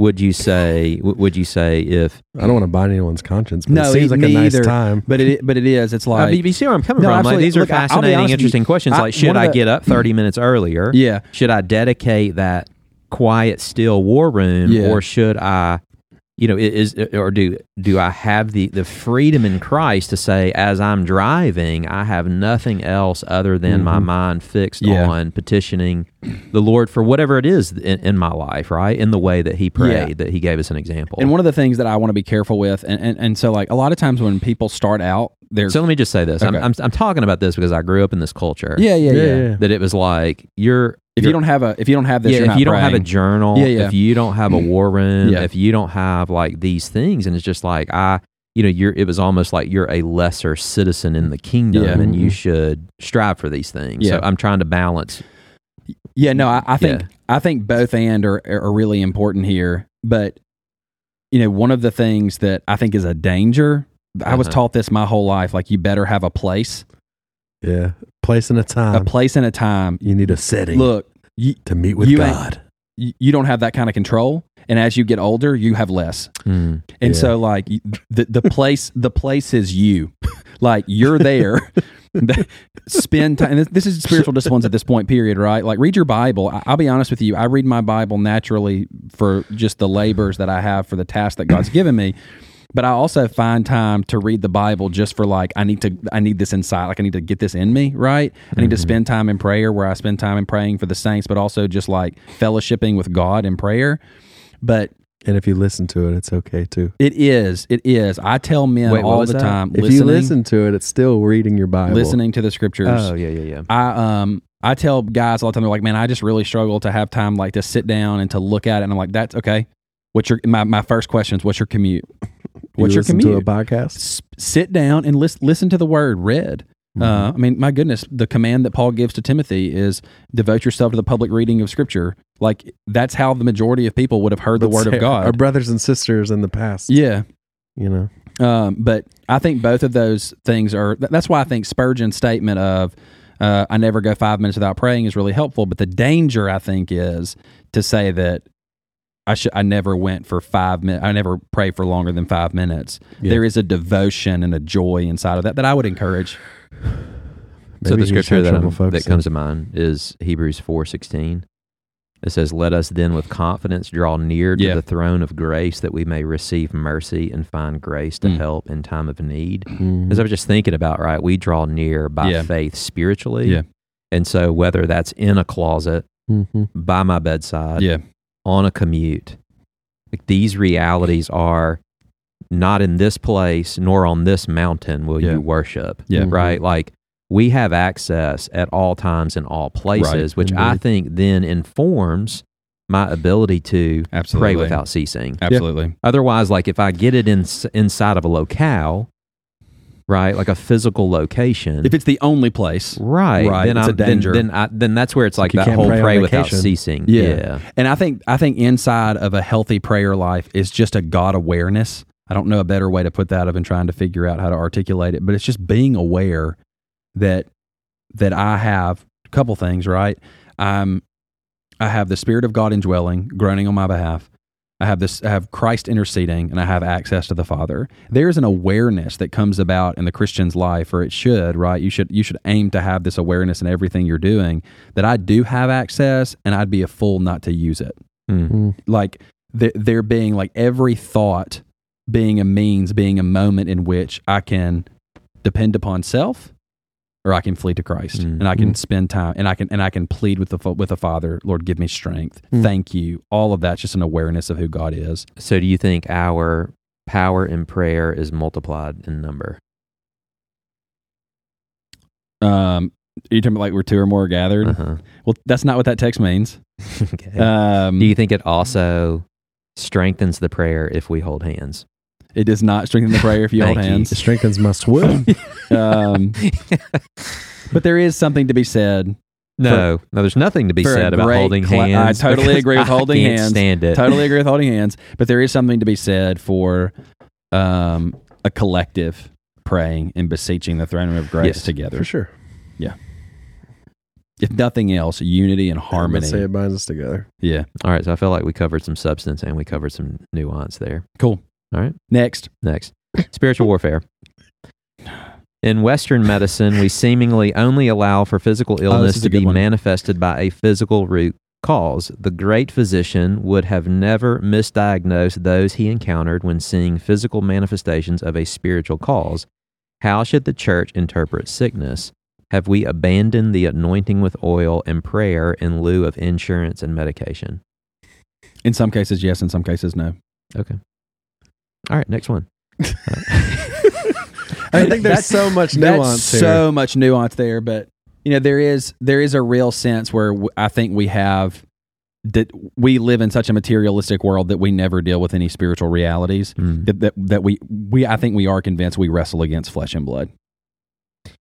A: would you say w- would you say if
B: I
C: Uh,
B: don't want to bind anyone's conscience, but
C: No,
B: it seems
C: it-
B: like a
C: me
B: nice
C: either.
B: time.
C: But it, but it is. It's
A: I
C: like
A: mean, you see where i'm coming
C: No,
A: from like
C: absolutely.
A: these are
C: Look, I- I'll be honest
A: fascinating
C: with you.
A: interesting questions
C: I-
A: like should
C: one of
A: i
C: the-
A: get up 30 minutes earlier
C: yeah,
A: should I dedicate that quiet, still war room,
C: Yeah.
A: or should I, you know, i- is or do do I have the the freedom in Christ to say, as I'm driving, I have nothing else other than my
B: Mhm.
A: mind fixed
C: Mm-hmm. Yeah.
A: on petitioning the Lord for whatever it is in, in my life, right? In the way that He prayed, that He gave us an example.
C: And one of the things that I want to be careful with, and, and, and so like a lot of times when people start out, they're
A: so let me just say this: I'm,
C: Okay.
A: I'm I'm talking about this because I grew up in this culture.
C: yeah, yeah, yeah,
A: That it was like you're
C: If you
A: you're-
C: don't have a, if you don't have this,
A: yeah,
C: you're
A: if
C: not
A: you don't have a
C: praying.
A: journal,
C: Yeah, yeah. Mm.
A: if you don't have a war room,
C: Yeah.
A: if you don't have like these things, and it's just like I, you know, you're. It was almost like you're a lesser citizen in the kingdom,
C: Yeah. Mm-hmm.
A: and you should strive for these things. So
C: Yeah.
A: I'm trying to balance.
C: Yeah, no, I, I think
A: Yeah.
C: I think both and are are really important here. But you know, one of the things that I think is a danger. I was
A: Uh-huh.
C: taught this my whole life. Like you better have a place,
B: Yeah. Place and a
C: a
B: time.
C: place and a time.
B: you need a setting
C: Look, you
B: to meet with
C: you ain't-
B: God.
C: you you don't have that kind of control, and as you get older, you have less. And
B: Yeah.
C: so like you- the the place the place is you. like you're there. Spend time. And this, this is spiritual disciplines at this point, period, right? Like read your Bible. I, I'll be honest with you. I read my Bible naturally for just the labors that I have for the task that God's given me. But I also find time to read the Bible just for like I need to I need this inside like I need to get this in me right I need to spend time in prayer where I spend time in praying for the saints but also just like fellowshipping with God in prayer but
B: And if you listen to it, it's okay too.
C: it is. It is. I tell men
A: Wait, what
C: all
A: was
C: the
A: that?
C: time.
B: If
C: listening,
B: you listen to it, it's still reading your Bible.
C: listening to the scriptures.
A: Oh yeah, yeah, yeah.
C: I um I tell guys all the time. They're like, man, I just really struggle to have time like to sit down and to look at it. And I'm like, that's okay. What's your my my first question is what's your commute?
B: You
C: What's your
B: listen
C: commute?
B: to a podcast?
C: S- sit down and listen listen to the word read.
B: Mm-hmm.
C: Uh, I mean, my goodness, the command that Paul gives to Timothy is devote yourself to the public reading of Scripture. Like that's how the majority of people would have heard the
B: Let's
C: word
B: say
C: of
B: Our
C: God.
B: brothers and sisters in the past.
C: Yeah,
B: You know.
C: Um, but I think both of those things are. th- That's why I think Spurgeon's statement of uh, "I never go five minutes without praying" is really helpful. But the danger I think is to say that I should. I never went for five minutes. I never pray for longer than five minutes.
B: Yeah.
C: There is a devotion and a joy inside of that that I would encourage.
A: so
B: Maybe
A: the
B: you just
A: scripture
B: have
A: that
B: trouble
A: I'm- that
B: focusing.
A: comes to mind is Hebrews four sixteen. It says, Let us then with confidence draw near to
C: Yeah.
A: the throne of grace that we may receive mercy and find grace to
C: Mm.
A: help in time of need.
B: Mm-hmm.
A: Because I was just thinking about, right? We draw near by
C: Yeah.
A: faith spiritually.
C: Yeah.
A: And so, whether that's in a closet,
B: Mm-hmm.
A: by my bedside,
C: Yeah.
A: on a commute, like these realities are not in this place nor on this mountain will
C: Yeah.
A: you worship.
C: Yeah.
B: Mhm.
A: Right. Like, we have access at all times in all places, which I
B: Indeed.
A: think then informs my ability to
C: Absolutely.
A: pray without ceasing.
C: Absolutely.
A: Otherwise, like if I get it in, inside of a locale, right, like a physical location,
C: If it's the only place,
A: right,
C: Right,
A: then
C: it's a
A: I'm then,
C: danger.
A: then, I, then that's where it's like
B: you
A: that
B: can't
A: whole
B: pray
A: pray,
B: on
A: without
B: vacation.
A: ceasing.
C: Yeah.
A: yeah.
C: and I think I think inside of a healthy prayer life is just a God awareness. I don't know a better way to put that. I've been trying to figure out how to articulate it, but it's just being aware that that I have a couple things. Right, I'm I have the Spirit of God indwelling, groaning on my behalf. I have this. I have Christ interceding, and I have access to the Father. There is an awareness that comes about in the Christian's life, or it should. Right, you should you should aim to have this awareness in everything you're doing. That I do have access, and I'd be a fool not to use it.
A: Mm.
C: Like th- there being like every thought being a means, being a moment in which I can depend upon self, or I can flee to Christ,
A: Mm.
C: and I can
B: Mm.
C: spend time, and I can and I can plead with the fa- with the Father, Lord, give me strength.
A: Mm-hmm.
B: Mm.
C: Thank you. All of that's just an awareness of who God is.
A: So, do you think our power in prayer is multiplied in number?
C: Um, are you talking about like we're two or more gathered?
A: Uh-huh.
C: Well, that's not what that text means.
A: okay.
C: Um,
A: do you think it also strengthens the prayer if we hold hands?
C: it does not strengthen the prayer if you hold
A: Thank you.
B: It
C: hands.
B: strengthens my will.
C: Um, but there is something to be said.
A: no, no. There's nothing to be
C: for a
A: said about
C: great
A: holding
C: cla- I
A: hands.
C: totally
A: because
C: agree with
A: I
C: holding
A: can't
C: hands.
A: Stand it.
C: Totally agree with holding hands, but there is something to be said for um, a collective praying and beseeching the throne of grace
A: Yes,
C: together.
B: For sure.
C: If nothing else, unity and
B: Let's Say
C: harmony.
B: it binds us together.
C: Yeah.
A: All right, so I feel like we covered some substance and we covered some nuance there.
C: Cool.
A: All right,
C: Next.
A: next spiritual warfare. In Western medicine, we seemingly only allow for physical illness
C: Oh, is
A: to
C: a good
A: be
C: one.
A: manifested by a physical root cause. The great physician would have never misdiagnosed those he encountered when seeing physical manifestations of a spiritual cause. How should the church interpret sickness? Have we abandoned the anointing with oil and prayer in lieu of insurance and medication?
C: In some cases, yes. In some cases, no.
A: All right, next one.
B: I think there's
C: That's-
B: so much
C: That's
B: nuance here.
C: so much nuance there, but you know there is there is a real sense where w- I think we have that we live in such a materialistic world that we never deal with any spiritual realities that that, that we we I think we are convinced we wrestle against flesh and blood.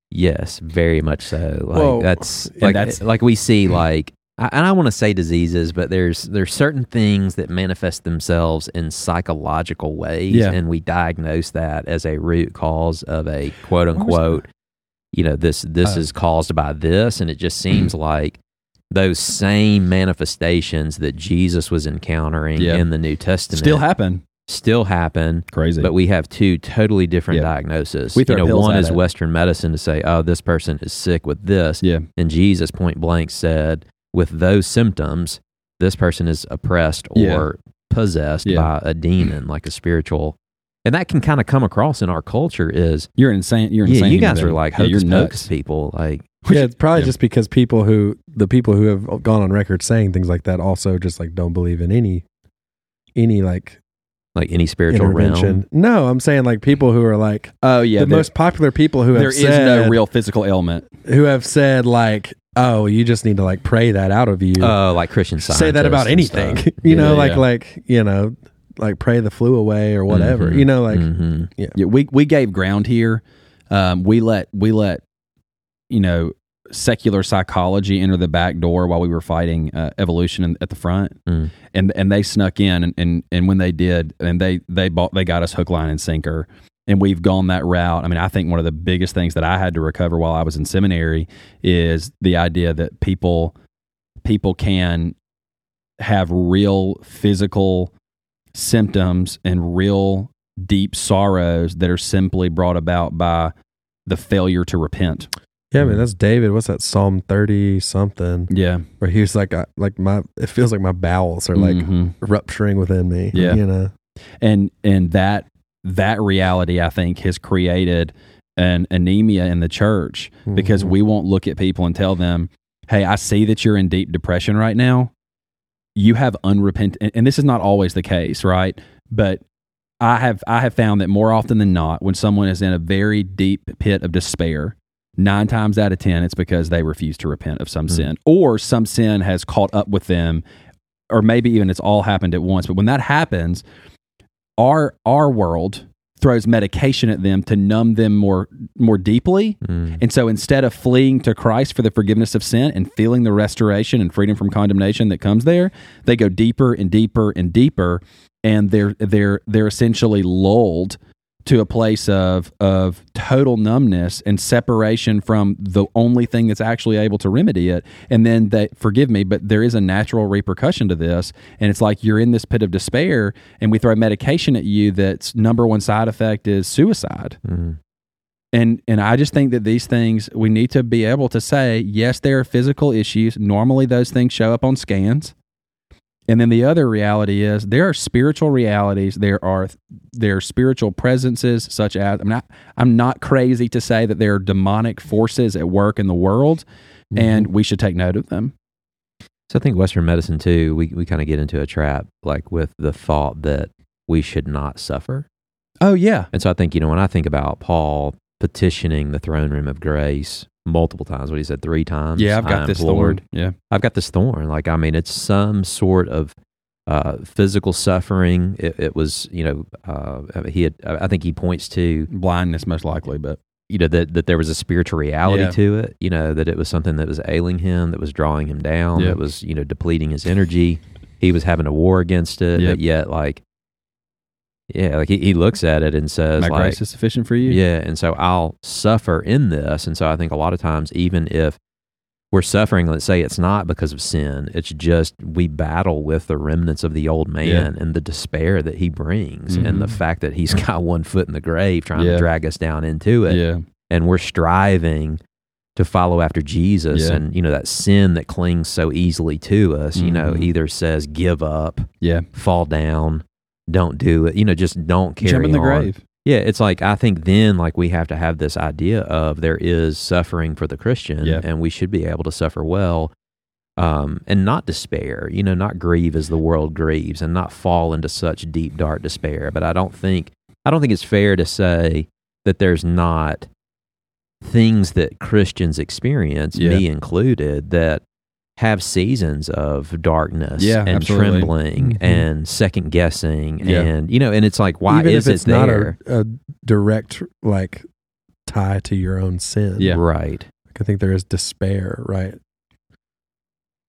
A: Yes, very much so. Like
B: Well,
A: that's
B: and
A: like
C: that's-
A: like we see like I, and I want to say diseases, but there's there's certain things that manifest themselves in psychological ways,
C: Yeah.
A: and we diagnose that as a root cause of a quote unquote. You know this this
C: Oh.
A: is caused by this, and it just seems
C: Mm.
A: like those same manifestations that Jesus was encountering
C: Yeah.
A: in the New Testament
C: Still happen.
A: still happen
C: Crazy.
A: but
C: But
A: we have two totally different
C: Yeah.
A: diagnoses.
C: We throw
A: you know,
C: pills
A: one
C: at
A: is
C: it.
A: Western medicine to say, "Oh, this person is sick with this,"
C: yeah,
A: and Jesus point blank said, "With those symptoms, this person is oppressed or
C: Yeah.
A: possessed
C: Yeah.
A: by a demon, like a spiritual." And that can kind of come across in our culture is,
C: you're insane. You're
A: yeah,
C: insane.
A: you
C: human
A: guys are
C: being.
A: like
C: Yeah,
A: hocus
C: you're
A: pocus
C: nuts.
A: people, like
B: yeah, it's probably
C: Yeah.
B: just because people who the people who have gone on record saying things like that also just like don't believe in any any like
A: like any spiritual realm.
B: intervention. No, I'm saying like people who are like
C: Oh yeah,
B: the
C: there-
B: most popular people who
C: there
B: have
C: is
B: said
C: no real physical ailment.
B: who have said like oh you just need to like pray that out of you.
C: Uh,
A: Oh, like Christian scientists.
B: say that about
A: and stuff.
B: anything. you know,
C: Yeah, Mm-hmm,
B: like
C: yeah.
B: like you know like pray the flu away or whatever.
A: Mhm.
B: You know
C: mm-hmm,
B: like
A: Mhm.
C: Yeah, we we gave ground here. Um, we let we let you know secular psychology enter the back door while we were fighting uh, evolution in, at the front,
A: Mm.
C: and and they snuck in, and, and and when they did, and they they bought they got us hook, line, and sinker, and we've gone that route. I mean, I think one of the biggest things that I had to recover while I was in seminary is the idea that people people can have real physical symptoms and real deep sorrows that are simply brought about by the failure to repent.
B: Yeah, I mean that's David. What's that Psalm thirty something?
C: Yeah.
B: Where he was like, I, like my it feels like my bowels are like
C: Mhm.
B: rupturing within me.
C: Yeah.
B: you know.
C: and and that that reality I think has created an anemia in the church because
B: Mhm.
C: we won't look at people and tell them, "Hey, I see that you're in deep depression right now. You have unrepentant." And, and this is not always the case, right? But I have I have found that more often than not, when someone is in a very deep pit of despair, nine times out of ten, it's because they refuse to repent of some
B: Mm.
C: sin, or some sin has caught up with them, or maybe even it's all happened at once. But when that happens, our our world throws medication at them to numb them more more deeply
A: Mm-hmm.
C: and so instead of fleeing to Christ for the forgiveness of sin and feeling the restoration and freedom from condemnation that comes there, they go deeper and deeper and deeper and they're they're they're essentially lulled to a place of of total numbness and separation from the only thing that's actually able to remedy it. And then that forgive me, but there is a natural repercussion to this. And it's like you're in this pit of despair and we throw medication at you that's number one side effect is suicide
A: Mhm.
C: and and I just think that these things we need to be able to say yes, there are physical issues. Normally, those things show up on scans. And then the other reality is there are spiritual realities. There are there are spiritual presences such as I'm not I'm not crazy to say that there are demonic forces at work in the world,
A: Mm-hmm.
C: and we should take note of them.
A: So I think Western medicine too, we, we kind of get into a trap like with the thought that we should not suffer.
C: Oh yeah,
A: And so I think, you know, when I think about Paul petitioning the throne room of grace multiple times, what he said three times.
C: yeah. I've got
A: "I
C: this,
A: implore
C: Lord. Yeah,
A: I've got this thorn. Like, I mean, it's some sort of uh, physical suffering. It, it was, you know, uh, he had, I think he points to,
C: blindness most likely, but
A: you know, that, that there was a spiritual reality
C: Yeah.
A: to it, you know, that it was something that was ailing him, that was drawing him down,
C: Yeah.
A: that was, you know, depleting his energy. He was having a war against it,
C: Yeah.
A: but yet, like, yeah, like he, he looks at it and says,
C: my
A: like,
C: grace is sufficient for you.
A: yeah, and so I'll suffer in this. And so I think a lot of times, even if we're suffering, let's say it's not because of sin, it's just we battle with the remnants of the old man and the despair that he brings and the
C: Mhm.
A: fact that he's got one foot in the grave trying
C: Yeah.
A: to drag us down into it.
C: yeah,
A: And we're striving to follow after Jesus.
C: Yeah.
A: And, you know, that sin that clings so easily to us, you know,
C: Mhm.
A: either says give up,
C: yeah.
A: fall down, don't do it, you know, just don't carry
C: Jump in the
A: on.
C: grave.
A: Yeah, it's like I think then like we have to have this idea of there is suffering for the Christian,
C: Yeah.
A: and we should be able to suffer well, um, and not despair. You know, not grieve as the world grieves, and not fall into such deep dark despair. But I don't think I don't think it's fair to say that there's not things that Christians experience,
C: Yeah.
A: me included, that have seasons of darkness
C: Yeah,
A: and
C: absolutely.
A: trembling
B: Mhm.
A: and second guessing
C: Yeah.
A: and you know and it's like why
B: Even
A: is
B: if it's
A: it there
B: not a, a direct like tie to your own sin.
C: Yeah.
A: Right.
B: Like, I think there is despair, right?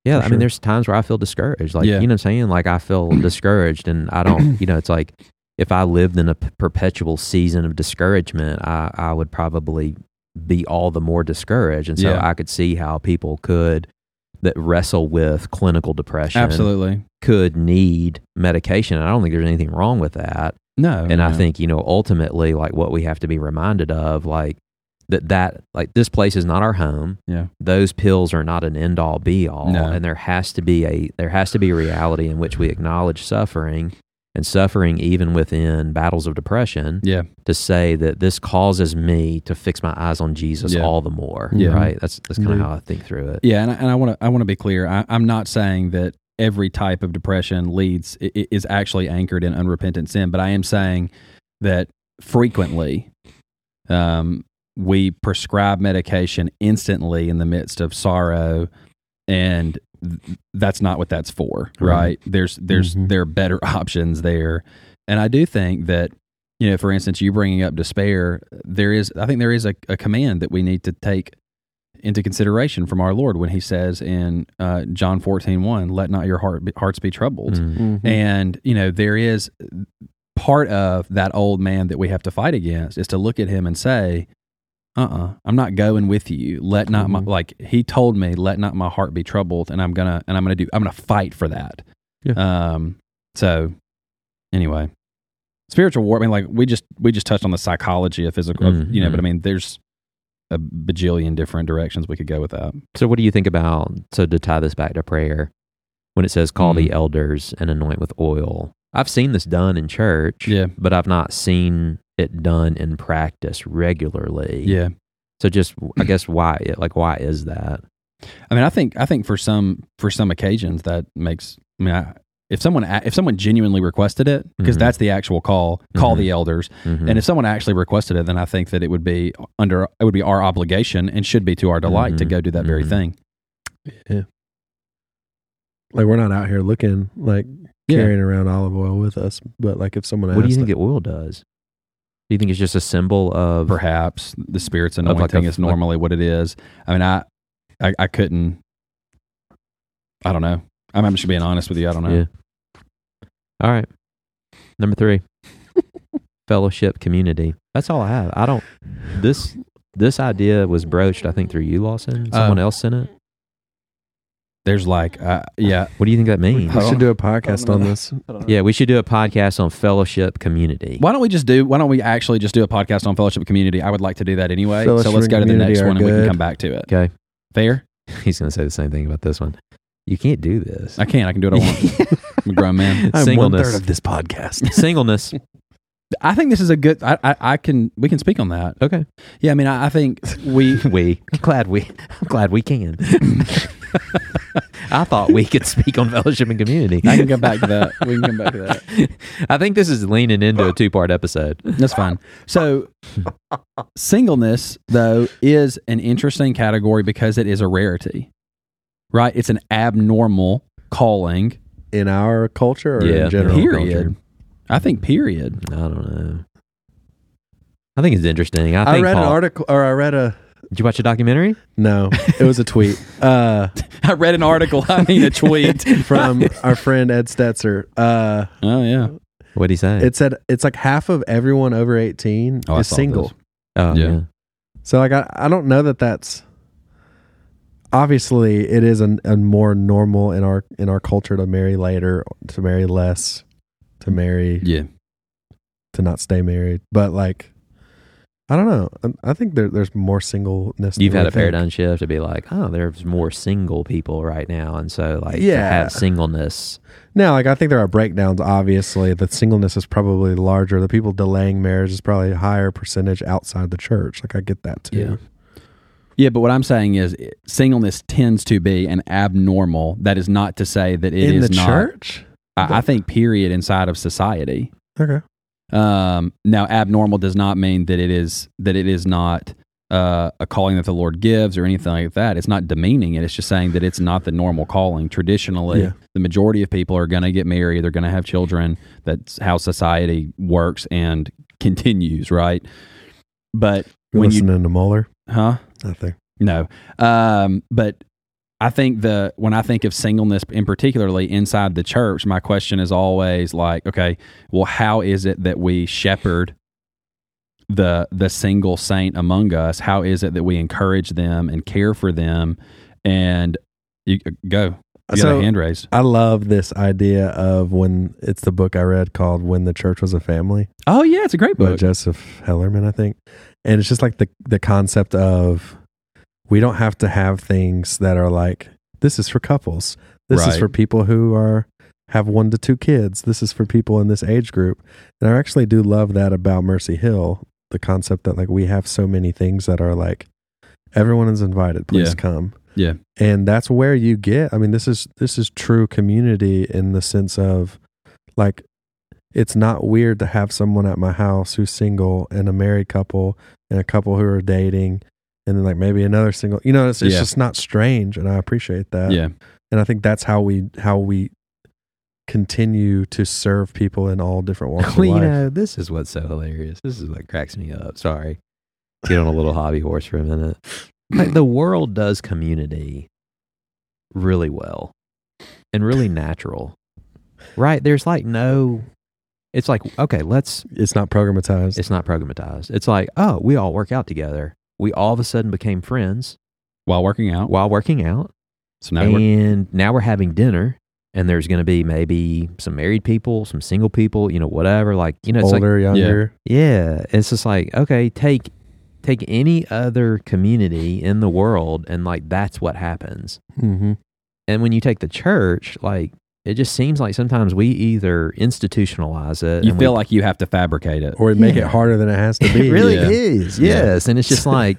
A: Yeah.
B: For
A: I mean,
B: sure.
A: there's times where I feel discouraged. Like,
C: Yeah.
A: you know what I'm saying? Like, I feel discouraged and I don't, you know, it's like if I lived in a p- perpetual season of discouragement, I, I would probably be all the more discouraged. And so
C: Yeah.
A: I could see how people could that wrestle with clinical depression
C: Absolutely.
A: could need medication. And I don't think there's anything wrong with that.
C: No,
A: and I
C: no.
A: think, you know, ultimately, like what we have to be reminded of, like, that that like this place is not our home
C: yeah.
A: those pills are not an end all be all
C: No.
A: and there has to be a there has to be a reality in which we acknowledge suffering and suffering even within battles of depression
C: Yeah.
A: to say that this causes me to fix my eyes on Jesus
C: Yeah.
A: all the more
C: Yeah.
A: right that's that's kind of
B: Indeed.
A: how I think through it
C: Yeah, and I, and I want to I want to be clear. I, I'm not saying that every type of depression leads i- i- is actually anchored in unrepentant sin, but I am saying that frequently um, we prescribe medication instantly in the midst of sorrow, and th- that's not what that's for,
A: Right.
C: right? There's there's
B: Mhm.
C: there are better options there, and I do think that. You know, for instance, you bringing up despair, there is, I think there is a, a command that we need to take into consideration from our Lord when he says in uh, John 14, let not your heart be, hearts be troubled.
A: Mm.
B: Mm-hmm.
C: And, you know, there is part of that old man that we have to fight against is to look at him and say, uh uh-uh, uh, i am not going with you. Let not my,
B: Mhm.
C: like he told me, let not my heart be troubled. And I'm going to, and I'm going to do, I'm going to fight for that. Um, so anyway, spiritual war, I mean, like we just, we just touched on the psychology of physical, of, you know,
A: Mhm.
C: but I mean, there's, a bajillion different directions we could go with that.
A: So, what do you think about? So, to tie this back to prayer, when it says, call
C: Mm.
A: the elders and anoint with oil, I've seen this done in church,
C: Yeah.
A: but I've not seen it done in practice regularly.
C: Yeah.
A: So, just, I guess, why? it Like, why is that?
C: I mean, I think I think for some for some occasions that makes. I mean, I, if someone a- if someone genuinely requested it, because
A: Mhm.
C: that's the actual call, call
A: Mhm.
C: the elders.
A: Mhm.
C: And if someone actually requested it, then I think that it would be under it would be our obligation and should be to our delight to
A: Mhm.
C: go do that very
A: Mhm.
C: thing.
B: Like we're not out here looking like
C: Yeah.
B: carrying around olive oil with us, but like if someone
A: what do you
B: asked
A: think the oil does? Do you think it's just a symbol of
C: Perhaps the spirit's
A: like
C: anointing
A: a-
C: is normally what it is. I mean, I, I I couldn't. I don't know. I'm, I'm just being honest with you. I don't know.
A: Yeah. All right. Number three. Fellowship community. That's all I have. I don't this this idea was broached, I think, through you, Lawson. Someone
C: Oh.
A: else sent it.
C: There's like, uh, yeah,
A: What do you think that means?
B: we
C: I
B: should
C: don't-
B: do a
C: I
B: podcast
C: don't
B: on
C: know.
B: this.
A: Yeah, we should do a podcast on fellowship community.
C: Why don't we just do? Why don't we actually just do a podcast on fellowship community? I would like to do that anyway. so
B: Fellowship
C: let's go to the
B: community
C: next
B: are
C: one and we can
B: good.
C: come back to it.
A: Okay.
C: Fair?
A: He's gonna say the same thing about this one. You can't do this.
C: I can. I can do what I want. I'm a grown man.
B: I'm one third
A: Singleness.
B: of this podcast.
A: Singleness.
C: I think this is a good. I, I I can. We can speak on that.
A: Okay.
C: Yeah. I mean, I, I think we.
A: We. Glad we I'm glad we can. I thought we could speak on fellowship and community.
C: I can go back to that. We can come back to that.
A: I think this is leaning into a two part episode.
C: That's fine. So, singleness though is an interesting category because it is a rarity, right? It's an abnormal calling.
B: in our culture or
A: Yeah.
B: in general
C: Period.
B: culture?
C: I think. Period.
A: I don't know. I think it's interesting. I,
B: I,
A: think
B: read
A: Paul,
B: an article or I read a
A: Did you watch a documentary?
B: no, it was a tweet uh,
C: I read an article. I mean, a tweet.
B: from our friend Ed Stetzer. Uh,
C: Oh yeah.
A: What would he say?
B: it said it's like half of everyone over 18
C: Oh, I
B: is
C: saw
B: single.
C: this.
A: oh,
C: yeah.
B: So like I, I don't know that that's obviously it is an, a more normal in our in our culture to marry later, to marry less, to marry
C: Yeah.
B: to not stay married. But like I don't know. Um, I, I think there, there's more singleness. than
A: You've had
B: we
A: a
B: think.
A: paradigm shift to be like, oh, there's more single people right now, and so like to
B: Yeah.
A: have singleness.
B: No, like I think there are breakdowns. Obviously, the singleness is probably larger. The people delaying marriage is probably a higher percentage outside the church. Like I get that too.
C: Yeah. Yeah, but what I'm saying is it- singleness tends to be an abnormal. That is not to say that it is
B: In the
C: not.
B: church,
C: I, I think period inside of society.
B: okay.
C: Um, now, abnormal does not mean that it is that it is not uh, a calling that the Lord gives or anything like that. It's not demeaning it. It's just saying that it's not the normal calling. Traditionally,
B: Yeah.
C: the majority of people are going to get married. They're going to have children. That's how society works and continues, right? But
B: You're
C: when you,
B: listening to Mueller,
C: huh?
B: I think.
C: No. Um, but I think the when I think of singleness in particularly inside the church, my question is always like, okay, well, how is it that we shepherd the the single saint among us? How is it that we encourage them and care for them? And you go. You got
B: So-
C: a hand raised.
B: I love this idea of when it's the book I read called "When the Church Was a Family"
C: Oh yeah, it's a great
B: by
C: book.
B: Joseph Hellerman, I think, and it's just like the the concept of we don't have to have things that are like this is for couples, this is
C: Right.
B: for people who are have one to two kids, this is for people in this age group, and I actually do love that about Mercy Hill, the concept that like we have so many things that are like everyone is invited, please
C: Yeah.
B: come,
C: Yeah.
B: and that's where you get i mean this is this is true community in the sense of like it's not weird to have someone at my house who's single and a married couple and a couple who are dating and then like maybe another single you know it's, it's
C: Yeah.
B: just not strange and i appreciate that
C: Yeah.
B: and i think that's how we how we continue to serve people in all different walks
A: Well,
B: of
A: you
B: life
A: know, this is what's so hilarious. This is what cracks me up. Sorry, get on a little hobby horse for a minute. Like the world does community really well and really natural, right? There's like no. It's like okay, let's
B: it's not programmatized
A: It's not programmatized. It's like, oh, we all work out together. We all of a sudden became friends
C: While working out.
A: while working out.
C: So now we're
A: and now we're having dinner. And there's going to be maybe some married people, some single people, you know, whatever. Like, you know, it's like,
B: older younger
A: yeah. It's just like, okay, take take any other community in the world and like that's what happens.
B: Mm-hmm.
A: And when you take the church, like it just seems like sometimes we either institutionalize it.
C: You
A: and
C: feel
A: we-
C: like you have to fabricate it.
B: Or we make it
A: Yeah.
B: harder than it has to be.
A: it really
C: Yeah.
A: is.
C: Yeah.
A: Yes, and it's just like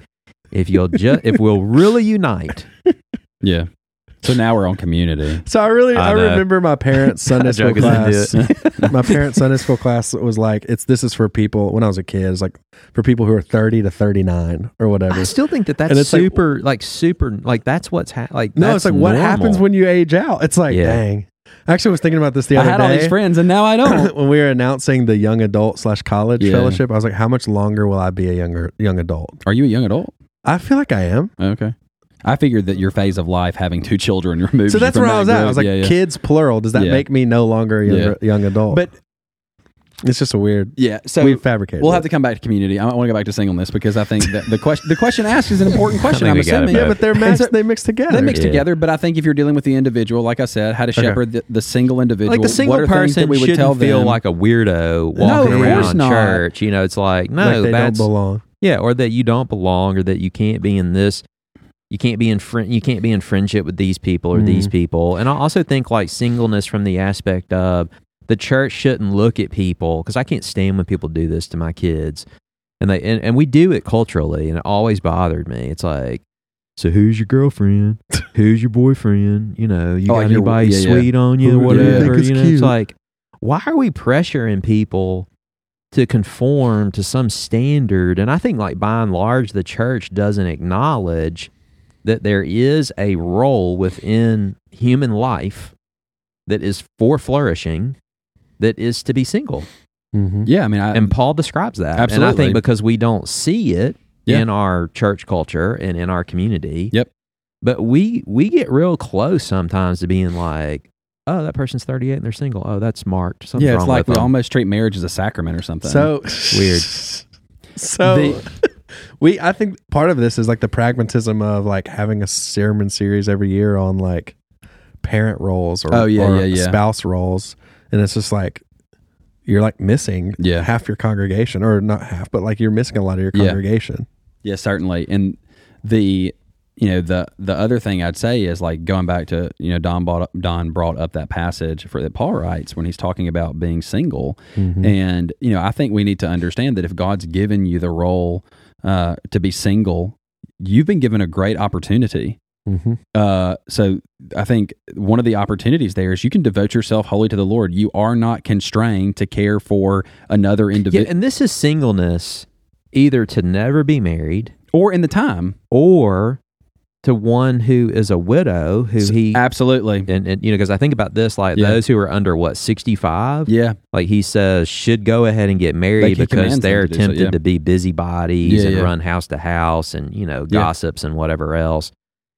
A: if you'll ju- if we'll really unite.
C: Yeah. So now we're on community.
B: So I really,
A: I
B: I,
A: know.
B: remember my parents' Sunday school
A: Joke is I
B: class.
A: did it.
B: my parents' Sunday school class was like, it's this is for people. When I was a kid, it's like for people who are thirty to thirty nine or whatever.
A: I still think that that's
B: And it's like-
A: super, like, super, like that's what's ha- like.
B: No, it's
A: that's
B: like what
A: normal.
B: happens when you age out. It's like,
A: Yeah.
B: dang. I actually was thinking about this the
C: I
B: other
C: had all
B: day
C: these friends and now I don't.
B: when we were announcing the young adult slash college
C: Yeah.
B: fellowship. I was like, how much longer will I be a younger young adult?
C: Are you a young adult?
B: I feel like I am.
C: Okay. I figured that your phase of life having two children removed.
B: So
C: you
B: that's
C: from
B: where I
C: that
B: was at. I
C: group.
B: was like,
C: Yeah, yeah.
B: kids plural. Does that
C: Yeah.
B: make me no longer a younger, young adult?
C: But-
B: it's just a weird.
C: Yeah, so
B: we fabricated.
C: we'll
B: it.
C: have to come back to community. I want to go back to singleness because I think that the question the question asked is an important question.
A: think
C: I'm
A: we got it,
C: assuming
A: man.
B: Yeah, but they're
C: And so-
B: mixed. They mix together.
C: they mix
A: Yeah.
C: together. But I think if you're dealing with the individual, like I said, how to
B: Okay.
C: shepherd the, the single individual,
A: like the
C: what
A: single
C: are things
A: person
C: that we would
A: shouldn't
C: tell
A: feel
C: them?
A: like a weirdo
C: No,
A: walking
B: of course
A: around
C: not.
A: church. You know, it's like no,
B: like they don't
A: that's
B: belong.
A: yeah, or that you don't belong, or that you can't be in this, you can't be in friend, you can't be in friendship with these people or these
C: Mm.
B: Mhm.
A: people. And I also think like singleness from the aspect of the church shouldn't look at people because I can't stand when people do this to my kids, and they and, and we do it culturally, and it always bothered me. It's like. So who's your girlfriend? Who's your boyfriend? You know, you
C: Oh,
A: got
C: like your-
A: anybody
C: yeah, yeah.
A: sweet on you or
B: Who do you think
A: whatever.
B: is
A: You know, it's
B: cute?
A: like, why are we pressuring people to conform to some standard. And I think, like, by and large, the church doesn't acknowledge that there is a role within human life that is for flourishing that is to be single.
B: Mm-hmm.
C: yeah, I mean, I,
A: And Paul describes that. And I
C: Absolutely.
A: think because we don't see it
C: Yeah.
A: in our church culture and in our community.
C: Yep.
A: But we we get real close sometimes to being like, oh, that person's 38 and they're single. Oh, that's marked. Something's
C: yeah, it's
A: wrong
C: like we
A: with them.
C: almost treat marriage as a sacrament or something.
B: So
A: Weird.
B: So we, I think part of this is like the pragmatism of like having a sermon series every year on like parent roles or,
C: Oh, yeah,
B: or
C: yeah, yeah.
B: spouse roles, and it's just like you're like missing
C: Yeah.
B: half your congregation or not half, but like you're missing a lot of your
C: Yeah.
B: congregation.
C: Yeah, certainly. And the you know the the other thing I'd say is like going back to you know Don brought up, Don brought up that passage for that Paul writes when he's talking about being single,
A: Mm-hmm.
C: and you know I think we need to understand that if God's given you the role uh, to be single, you've been given a great opportunity.
B: Mm-hmm.
C: Uh, so I think one of the opportunities there is you can devote yourself wholly to the Lord. You are not constrained to care for another
A: yeah,
C: individual
A: and this is singleness either to never be married
C: or in the time.
A: or to one who is a widow who he
C: Absolutely.
A: and, and you know because I think about this like
C: Yeah.
A: those who are under what 65
C: Yeah.
A: like he says should go ahead and get
C: Like, he
A: married
C: commands
A: because
C: them
A: they're
C: to do so,
A: tempted
C: yeah.
A: to be busybodies
C: Yeah,
A: and
C: yeah.
A: run house to house and you know
C: Yeah.
A: gossips and whatever else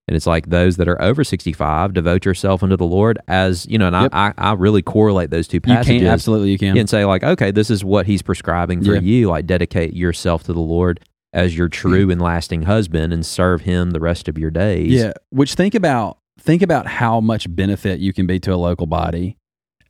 A: and it's like those that are over 65 devote yourself unto the Lord as you know and
C: Yep.
A: I, I I really correlate those two
C: You
A: passages
C: can absolutely you can.
A: and say like okay this is what he's prescribing for
C: Yeah.
A: you like dedicate yourself to the lord as your true and lasting husband and serve him the rest of your days
C: Yeah, which think about think about how much benefit you can be to a local body.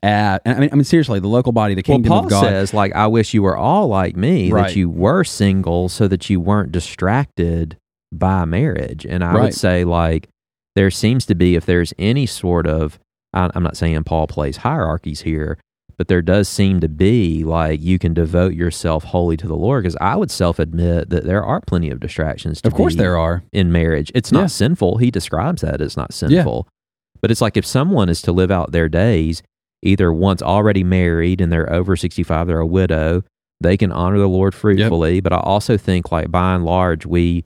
C: At and I mean, I mean seriously, the local body, the
A: well
C: kingdom
A: paul
C: of God.
A: says like i wish you were all like me
C: Right.
A: that you were single so that you weren't distracted by marriage and i
C: Right.
A: would say like there seems to be if there's any sort of I- i'm not saying paul plays hierarchies here but there does seem to be like you can devote yourself wholly to the lord because i would self-admit that there are plenty of distractions to
C: of course,
A: be
C: there are.
A: in marriage. It's not
C: Yeah.
A: sinful. He describes that as not sinful. But it's like if someone is to live out their days, either once already married and they're over 65, they're a widow, they can honor the Lord fruitfully. But I also think, like, by and large, we,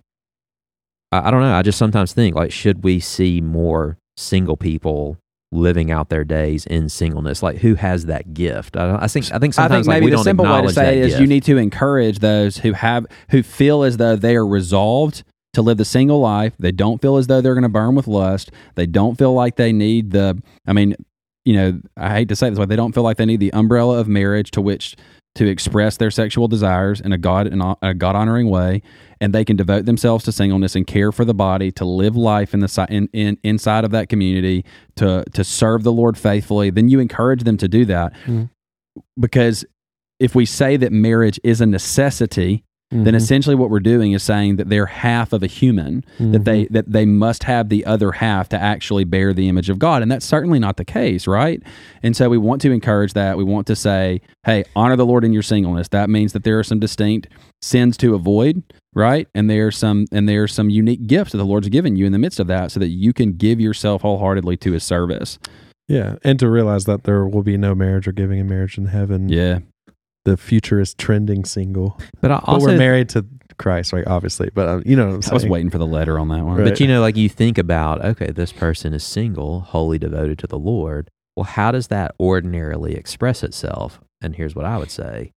A: I, I don't know, I just sometimes think, like, should we see more single people? living out their days in singleness like who has that gift i, don't- I think i think
C: I
A: sometimes
C: think
A: like,
C: maybe
A: we
C: the
A: don't
C: simple way to
A: acknowledge
C: say
A: that
C: it is
A: gift.
C: you need to encourage those who have who feel as though they are resolved to live the single life. They don't feel as though they're going to burn with lust. They don't feel like they need the. I mean, you know, I hate to say it this, but they don't feel like they need the umbrella of marriage to which to express their sexual desires in a God in a God honoring way, and they can devote themselves to singleness and care for the body, to live life in the si- in, in inside of that community, to to serve the Lord faithfully. Then you encourage them to do that,
B: Mhm.
C: because if we say that marriage is a necessity,
B: Mhm.
A: Mm-hmm.
C: then essentially what we're doing is saying that they're half of a human that
A: Mm-hmm.
C: they that they must have the other half to actually bear the image of God and that's certainly not the case right and so we want to encourage that we want to say hey honor the Lord in your singleness that means that there are some distinct sins to avoid right and there are some and there are some unique gifts that the Lord's given you in the midst of that so that you can give yourself wholeheartedly to his service
B: yeah, and to realize that there will be no marriage or giving in marriage in
A: Mm-hmm.
B: heaven.
C: yeah
B: The future is trending single,
A: But I
B: but
A: also,
B: we're married to Christ, like obviously. But um, you know, what I'm
C: I was
B: saying.
C: waiting for the letter on that one
B: Right.
C: but
A: but you know, like you think about, okay, this person is single, wholly devoted to the Lord. Well, how does that ordinarily express itself? And here's what I would say: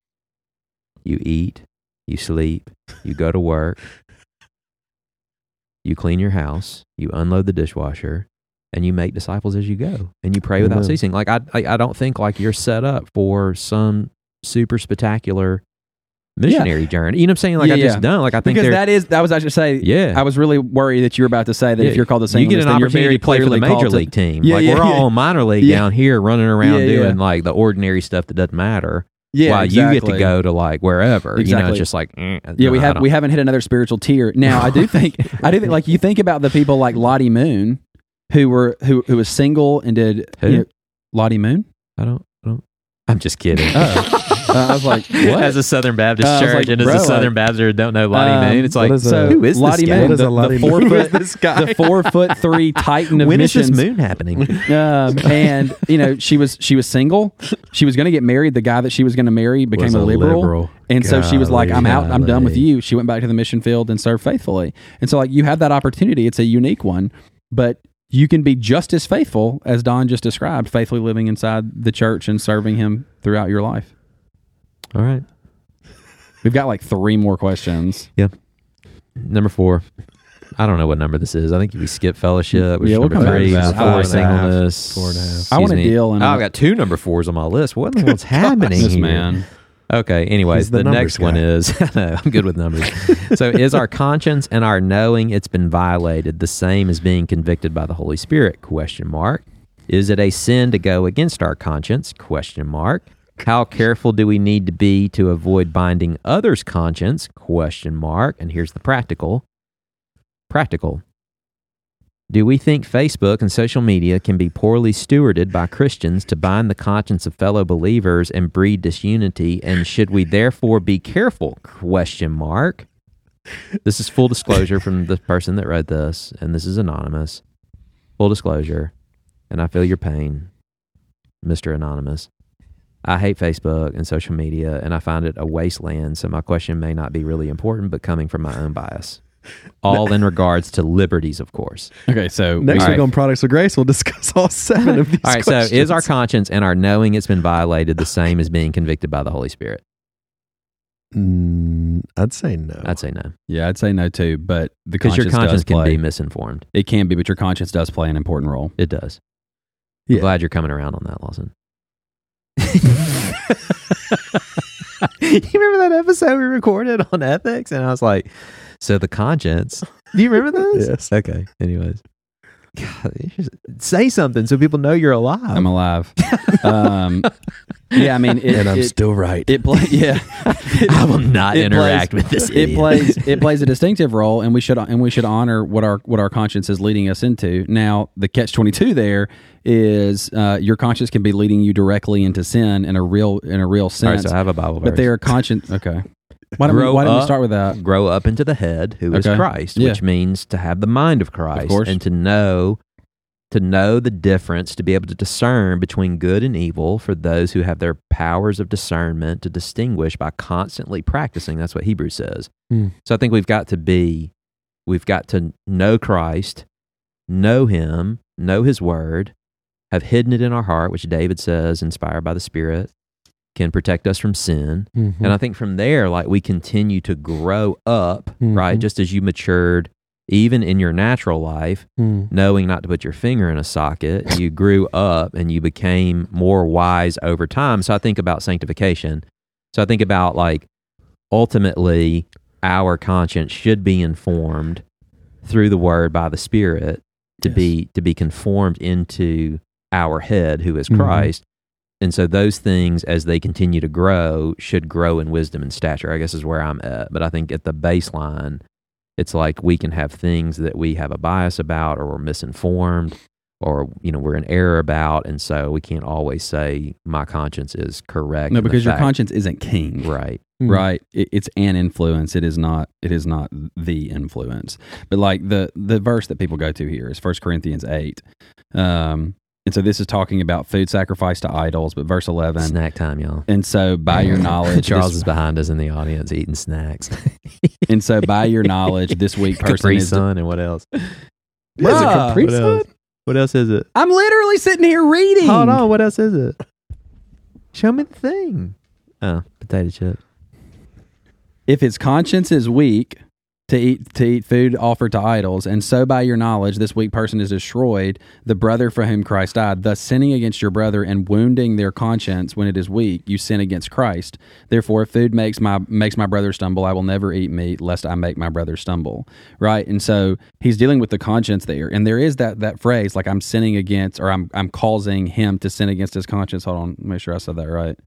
A: you eat, you sleep, you go to work, you clean your house, you unload the dishwasher, and you make disciples as you go, and you pray without
B: Amen.
A: ceasing. Like I, I, I don't think like you're set up for some super spectacular missionary journey. You know what I'm saying? Like
C: Yeah,
A: I just
C: yeah.
A: don't. Like I think
C: because
A: there-
C: that is that was I should say
A: yeah.
C: I was really worried that you were about to say that
A: Yeah,
C: if you're called the
A: you
C: singleness,
A: get an
C: then you're
A: opportunity
C: very
A: to play for the
C: clearly called
A: major
C: to-
A: league team.
C: Yeah,
A: like
C: yeah,
A: we're all on minor league
C: Yeah.
A: down here running around
C: Yeah, yeah.
A: doing like the ordinary stuff that doesn't matter.
C: Yeah,
A: while you get to
C: exactly.
A: go to like wherever. You know,
C: Exactly.
A: it's just like eh,
C: Yeah, we
A: no, I
C: have
A: don't-
C: we haven't hit another spiritual tier. Now I do think I do think like you think about the people like Lottie Moon, who were who who was single and did
A: Who?
C: you know, Lottie Moon.
A: I don't. I don't. I'm just kidding.
C: Oh. Uh, I was like, what?
A: As a Southern Baptist
C: Uh, I was
A: church
C: like,
A: and as
C: bro,
A: a
C: like-
A: Southern Baptist who don't know Lottie
C: Um,
A: Moon, it's
B: what
A: like
B: is a-
A: who is this
C: Lottie
A: guy?
C: Moon,
B: What is
C: the,
B: a Lottie
C: the four
B: Moon?
C: foot
B: This guy.
C: the four foot three titan of
A: When is this
C: missions.
A: moon happening?
C: Um, and you know she was she was single. She was going to get married. The guy that she was going to marry became
B: Was
C: a
B: a
C: liberal,
B: liberal.
C: and so she was like, "I'm out. I'm done with
A: Golly.
C: you." She went back to the mission field and served faithfully. And so, like, you have that opportunity. It's a unique one, but you can be just as faithful as Don just described, faithfully living inside the church and serving Him throughout your life.
A: All right,
C: We've got like three more questions.
A: number four. I don't know what number this is. I think we skip fellowship. Which
C: Yeah,
A: is
C: we'll
A: number
C: come back to
A: three,
C: that.
A: number
C: I
A: four,
C: like that.
A: singleness.
B: Four and a half.
A: Excuse
C: I want
A: me.
C: to deal in
A: Oh, I've got two number fours on my list. What in the world's happening
C: this
A: here?
C: man.
A: Okay. Anyways,
B: He's the
A: the,
B: numbers
A: next one
B: guy.
A: is I know, I'm good with numbers. so, is our conscience and our knowing it's been violated the same as being convicted by the Holy Spirit? Question mark. Is it a sin to go against our conscience? Question mark. How careful do we need to be to avoid binding others' conscience? Question mark. And here's the practical. Practical. Do we think Facebook and social media can be poorly stewarded by Christians to bind the conscience of fellow believers and breed disunity? And should we therefore be careful? Question mark. This is full disclosure from the person that read this, and this is anonymous. Full disclosure, and I feel your pain, Mr. Anonymous. I hate Facebook and social media, and I find it a wasteland, so my question may not be really important, but coming from my own bias. All in regards to liberties, of course.
C: Okay, so
B: Next
C: all
B: week
C: right.
B: on Products of Grace, we'll discuss all seven of these.
A: All right, so is our conscience and our knowing it's been violated the same as being convicted by the Holy Spirit?
B: Mm, I'd say no.
A: I'd say no,
C: yeah, I'd say no too, but the
A: because
C: conscience,
A: your conscience
C: does
A: can
C: play.
A: be misinformed.
C: It can be, but your conscience does play an important role.
A: It does.
B: Yeah.
A: I'm glad you're coming around on that, Lawson. you remember that episode we recorded on ethics, and I was like, "So the conscience." Do you remember this?
B: Yes.
A: Okay. Anyways, God, you should say something so people know you're alive.
C: I'm alive. um, yeah, I mean, it,
B: and I'm
C: it,
B: still right.
C: it play, yeah, it,
A: I will not
C: it
A: interact
C: plays-
A: with this.
C: It
A: idiot.
C: plays it plays a distinctive role, and we should and we should honor what our what our conscience is leading us into. Now, the catch twenty two there is uh, your conscience can be leading you directly into sin in a real in a real
A: All
C: sense.
A: right, so I have a Bible verse.
C: but there are conscience. Okay, why don't we,
A: Grow
C: why don't we
A: up.
C: start with that?
A: uh, grow up into the head who is
C: Okay.
A: Christ,
C: Yeah.
A: which means to have the mind of Christ
C: course.
A: and to know to know the difference, to be able to discern between good and evil for those who have their powers of discernment to distinguish by constantly practicing. That's what Hebrews says.
B: Hmm.
A: So I think we've got to be we've got to know Christ, know him, know his word, have hidden it in our heart, which David says, inspired by the Spirit, can protect us from sin.
B: Mm-hmm.
A: And I think from there, like we continue to grow up, right?
B: Mhm.
A: Just as you matured, even in your natural life,
B: Mm.
A: knowing not to put your finger in a socket, you grew up and you became more wise over time. So I think about sanctification. So I think about like ultimately our conscience should be informed through the word by the spirit to
C: Yes.
A: be to be conformed into our head who is
B: Mhm.
A: Christ. And so those things, as they continue to grow, should grow in wisdom and stature, I guess is where I'm at. But I think at the baseline, it's like we can have things that we have a bias about or we're misinformed or you know we're in error about and so we can't always say my conscience is correct
C: No,
A: and the
C: because your
A: fact-
C: conscience isn't king.
A: right
B: Mm.
C: right it, it's an influence it is not it is not the influence but like the the verse that people go to here is first corinthians 8 um and so this is talking about food sacrifice to idols but verse 11
A: snack time y'all
C: and so by your knowledge
A: Charles
C: this-
A: is behind us in the audience eating snacks
C: and so by your knowledge this weak person
A: Capri
C: is
A: Sun and what else
B: Is it
C: Bruh.
B: Capri
A: Ah! What
B: Sun?
A: else? what else is it
C: i'm literally sitting here reading
A: Hold on, what else is it? Show me the thing. Oh, potato chip.
C: if his conscience is weak to eat to eat food offered to idols, and so by your knowledge this weak person is destroyed, the brother for whom Christ died, thus sinning against your brother and wounding their conscience when it is weak, you sin against Christ. Therefore, if food makes my makes my brother stumble, I will never eat meat lest I make my brother stumble. Right? And so he's dealing with the conscience there. And there is that that phrase, like I'm sinning against or I'm I'm causing him to sin against his conscience. Hold on, make sure I said that right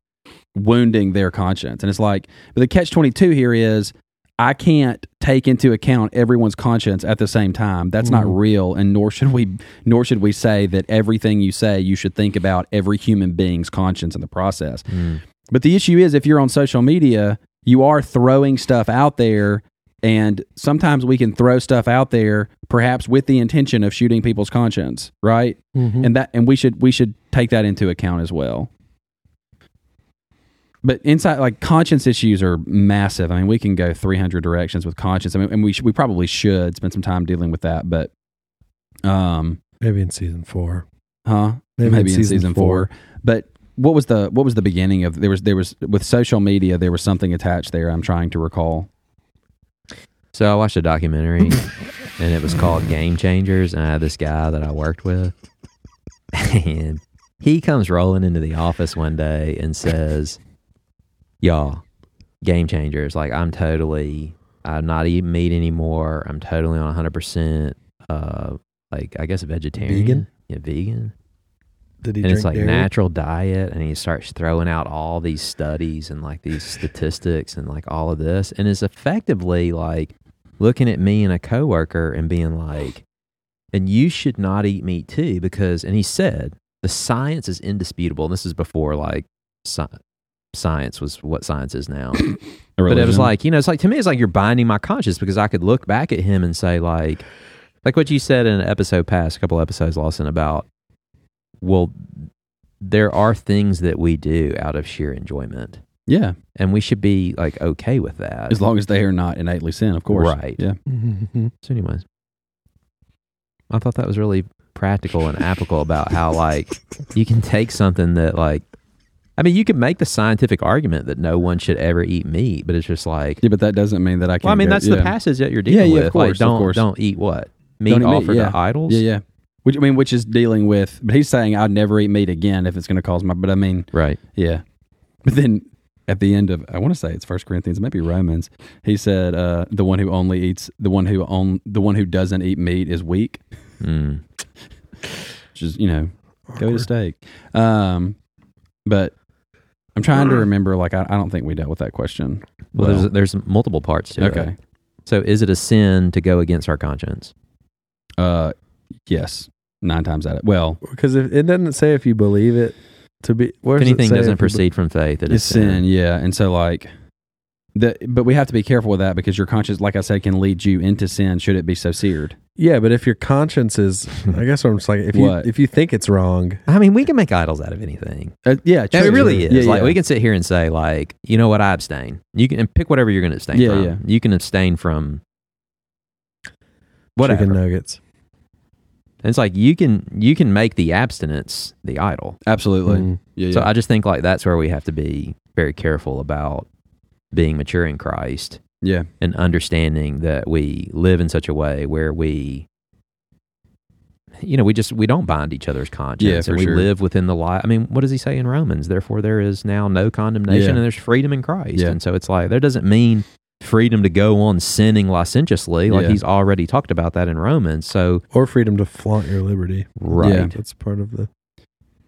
C: wounding their conscience. And it's like, but the catch 22 here is I can't take into account everyone's conscience at the same time. That's not real and nor should we nor should we say that everything you say you should think about every human being's conscience in the process. But the issue is if you're on social media, you are throwing stuff out there and sometimes we can throw stuff out there perhaps with the intention of shooting people's conscience, right?
A: Mm-hmm.
B: Mhm.
C: and that and we should we should take that into account as well but inside like conscience issues are massive i mean we can go 300 directions with conscience i mean and we should, we probably should spend some time dealing with that but um
B: Maybe in season four.
C: huh maybe, in season, four. but what was the what was the beginning of there was there was with social media there was something attached there i'm trying to recall
A: So I watched a documentary and it was called Game Changers and I had this guy that I worked with and he comes rolling into the office one day and says, Y'all, game changers, like I'm totally I'm not eating meat anymore. I'm totally on hundred percent uh like I guess vegetarian.
B: Vegan?
A: Yeah, vegan.
B: Did he
A: and
B: drink
A: it's like
B: dairy?
A: natural diet and he starts throwing out all these studies and like these statistics and like all of this and is effectively like looking at me and a coworker and being like and you should not eat meat too because and he said the science is indisputable and this is before like sci- science was what science is now but it was like, you know, it's like to me, it's like you're binding my conscience because I could look back at him and say, like, like what you said in an episode past, a couple episodes, Lawson, about, well, there are things that we do out of sheer enjoyment,
C: yeah
A: and we should be like okay with that.
C: as long as they are not innately sin of course
A: Right.
C: yeah
B: Mhm.
A: So, anyways, I thought that was really practical and apical about how like you can take something that like. I mean, you can make the scientific argument that no one should ever eat meat, but it's just like
C: yeah but that doesn't mean that i can't
A: Well, I mean,
C: go-
A: that's
C: yeah.
A: the passage that you're
C: Yeah,
A: dealing
C: yeah, of
A: with.
C: course,
A: like,
C: of
A: don't
C: course.
A: don't eat what meat
C: Don't eat meat,
A: offered
C: yeah.
A: to idols.
C: Yeah, yeah. Which I mean, which is dealing with, but he's saying I'd never eat meat again if it's going to cause my. But I mean,
A: Right.
C: yeah. But then at the end of, I want to say it's First Corinthians, maybe Romans. He said, uh, "The one who only eats, the one who on, the one who doesn't eat meat is weak." Hmm.
A: Mm.
C: Which is, you know, go to steak. Um, but I'm trying to remember. Like, I, I don't think we dealt with that question.
A: Mm. Well, there's there's multiple parts to it.
C: okay.
A: So, is it a sin to go against our conscience?
C: Uh, yes, nine times out of well,
B: Because if, it doesn't say if you believe it to be. Where
A: If
B: does it
A: anything
B: say
A: doesn't
B: if you be-
A: proceed from faith, it is
C: it's sin. yeah and so like the but we have to be careful with that because your conscience like i said can lead you into sin should it be so seared
B: Yeah, but if your conscience is,
A: Hmm.
B: I guess what I'm just like, if you
C: What?
B: if you think it's wrong,
A: I mean, we can make idols out of anything.
C: Uh, yeah
A: It
C: true.
A: really is.
C: yeah,
A: like
C: yeah.
A: we can sit here and say, like, you know what, I abstain. You can and pick whatever you're going to abstain
C: Yeah,
A: from.
C: yeah.
A: You can abstain from whatever.
B: chicken nuggets.
A: And it's like you can you can make the abstinence the idol.
C: absolutely
B: Mm.
C: yeah, yeah.
A: So I just think like that's where we have to be very careful about being mature in Christ
C: yeah
A: and understanding that we live in such a way where we you know, we just we don't bind each other's conscience
C: for
A: and we
C: sure.
A: live within the light. I mean, what does he say in Romans? Therefore there is now no condemnation
C: Yeah.
A: and there's freedom in Christ.
C: Yeah.
A: And so it's like that doesn't mean freedom to go on sinning licentiously like
C: Yeah.
A: he's already talked about that in Romans. So
B: or freedom to flaunt your liberty.
A: right.
C: Yeah.
B: That's part of the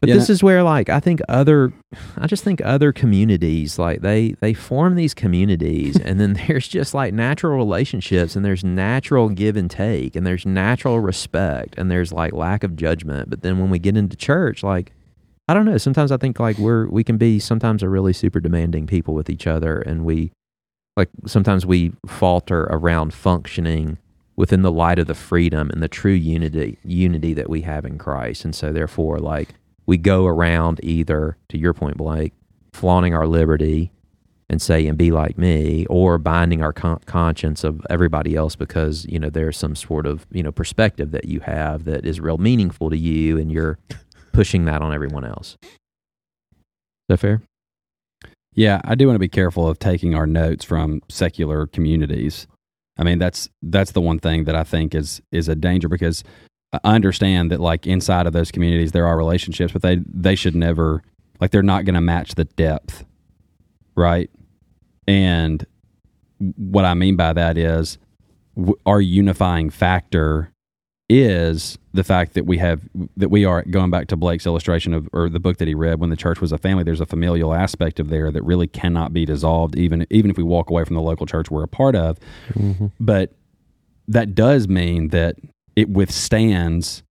A: But
C: Yeah.
A: this is where like I think other I just think other communities like they they form these communities and then there's just like natural relationships and there's natural give and take and there's natural respect and there's like lack of judgment. But then when we get into church like I don't know, sometimes I think like we're we can be sometimes a really super demanding people with each other and we like sometimes we falter around functioning within the light of the freedom and the true unity unity that we have in Christ. And so therefore like we go around either to your point Blake flaunting our liberty and say and be like me or binding our con- conscience of everybody else because you know there's some sort of you know perspective that you have that is real meaningful to you and you're pushing that on everyone else is that fair
C: Yeah, I do want to be careful of taking our notes from secular communities. I mean, that's that's the one thing that I think is is a danger because I understand that like inside of those communities there are relationships, but they they should never like they're not going to match the depth, right? And what I mean by that is w- our unifying factor is the fact that we have that we are going back to Blake's illustration of or the book that he read when the church was a family there's a familial aspect of there that really cannot be dissolved even even if we walk away from the local church we're a part of but that does mean that it withstands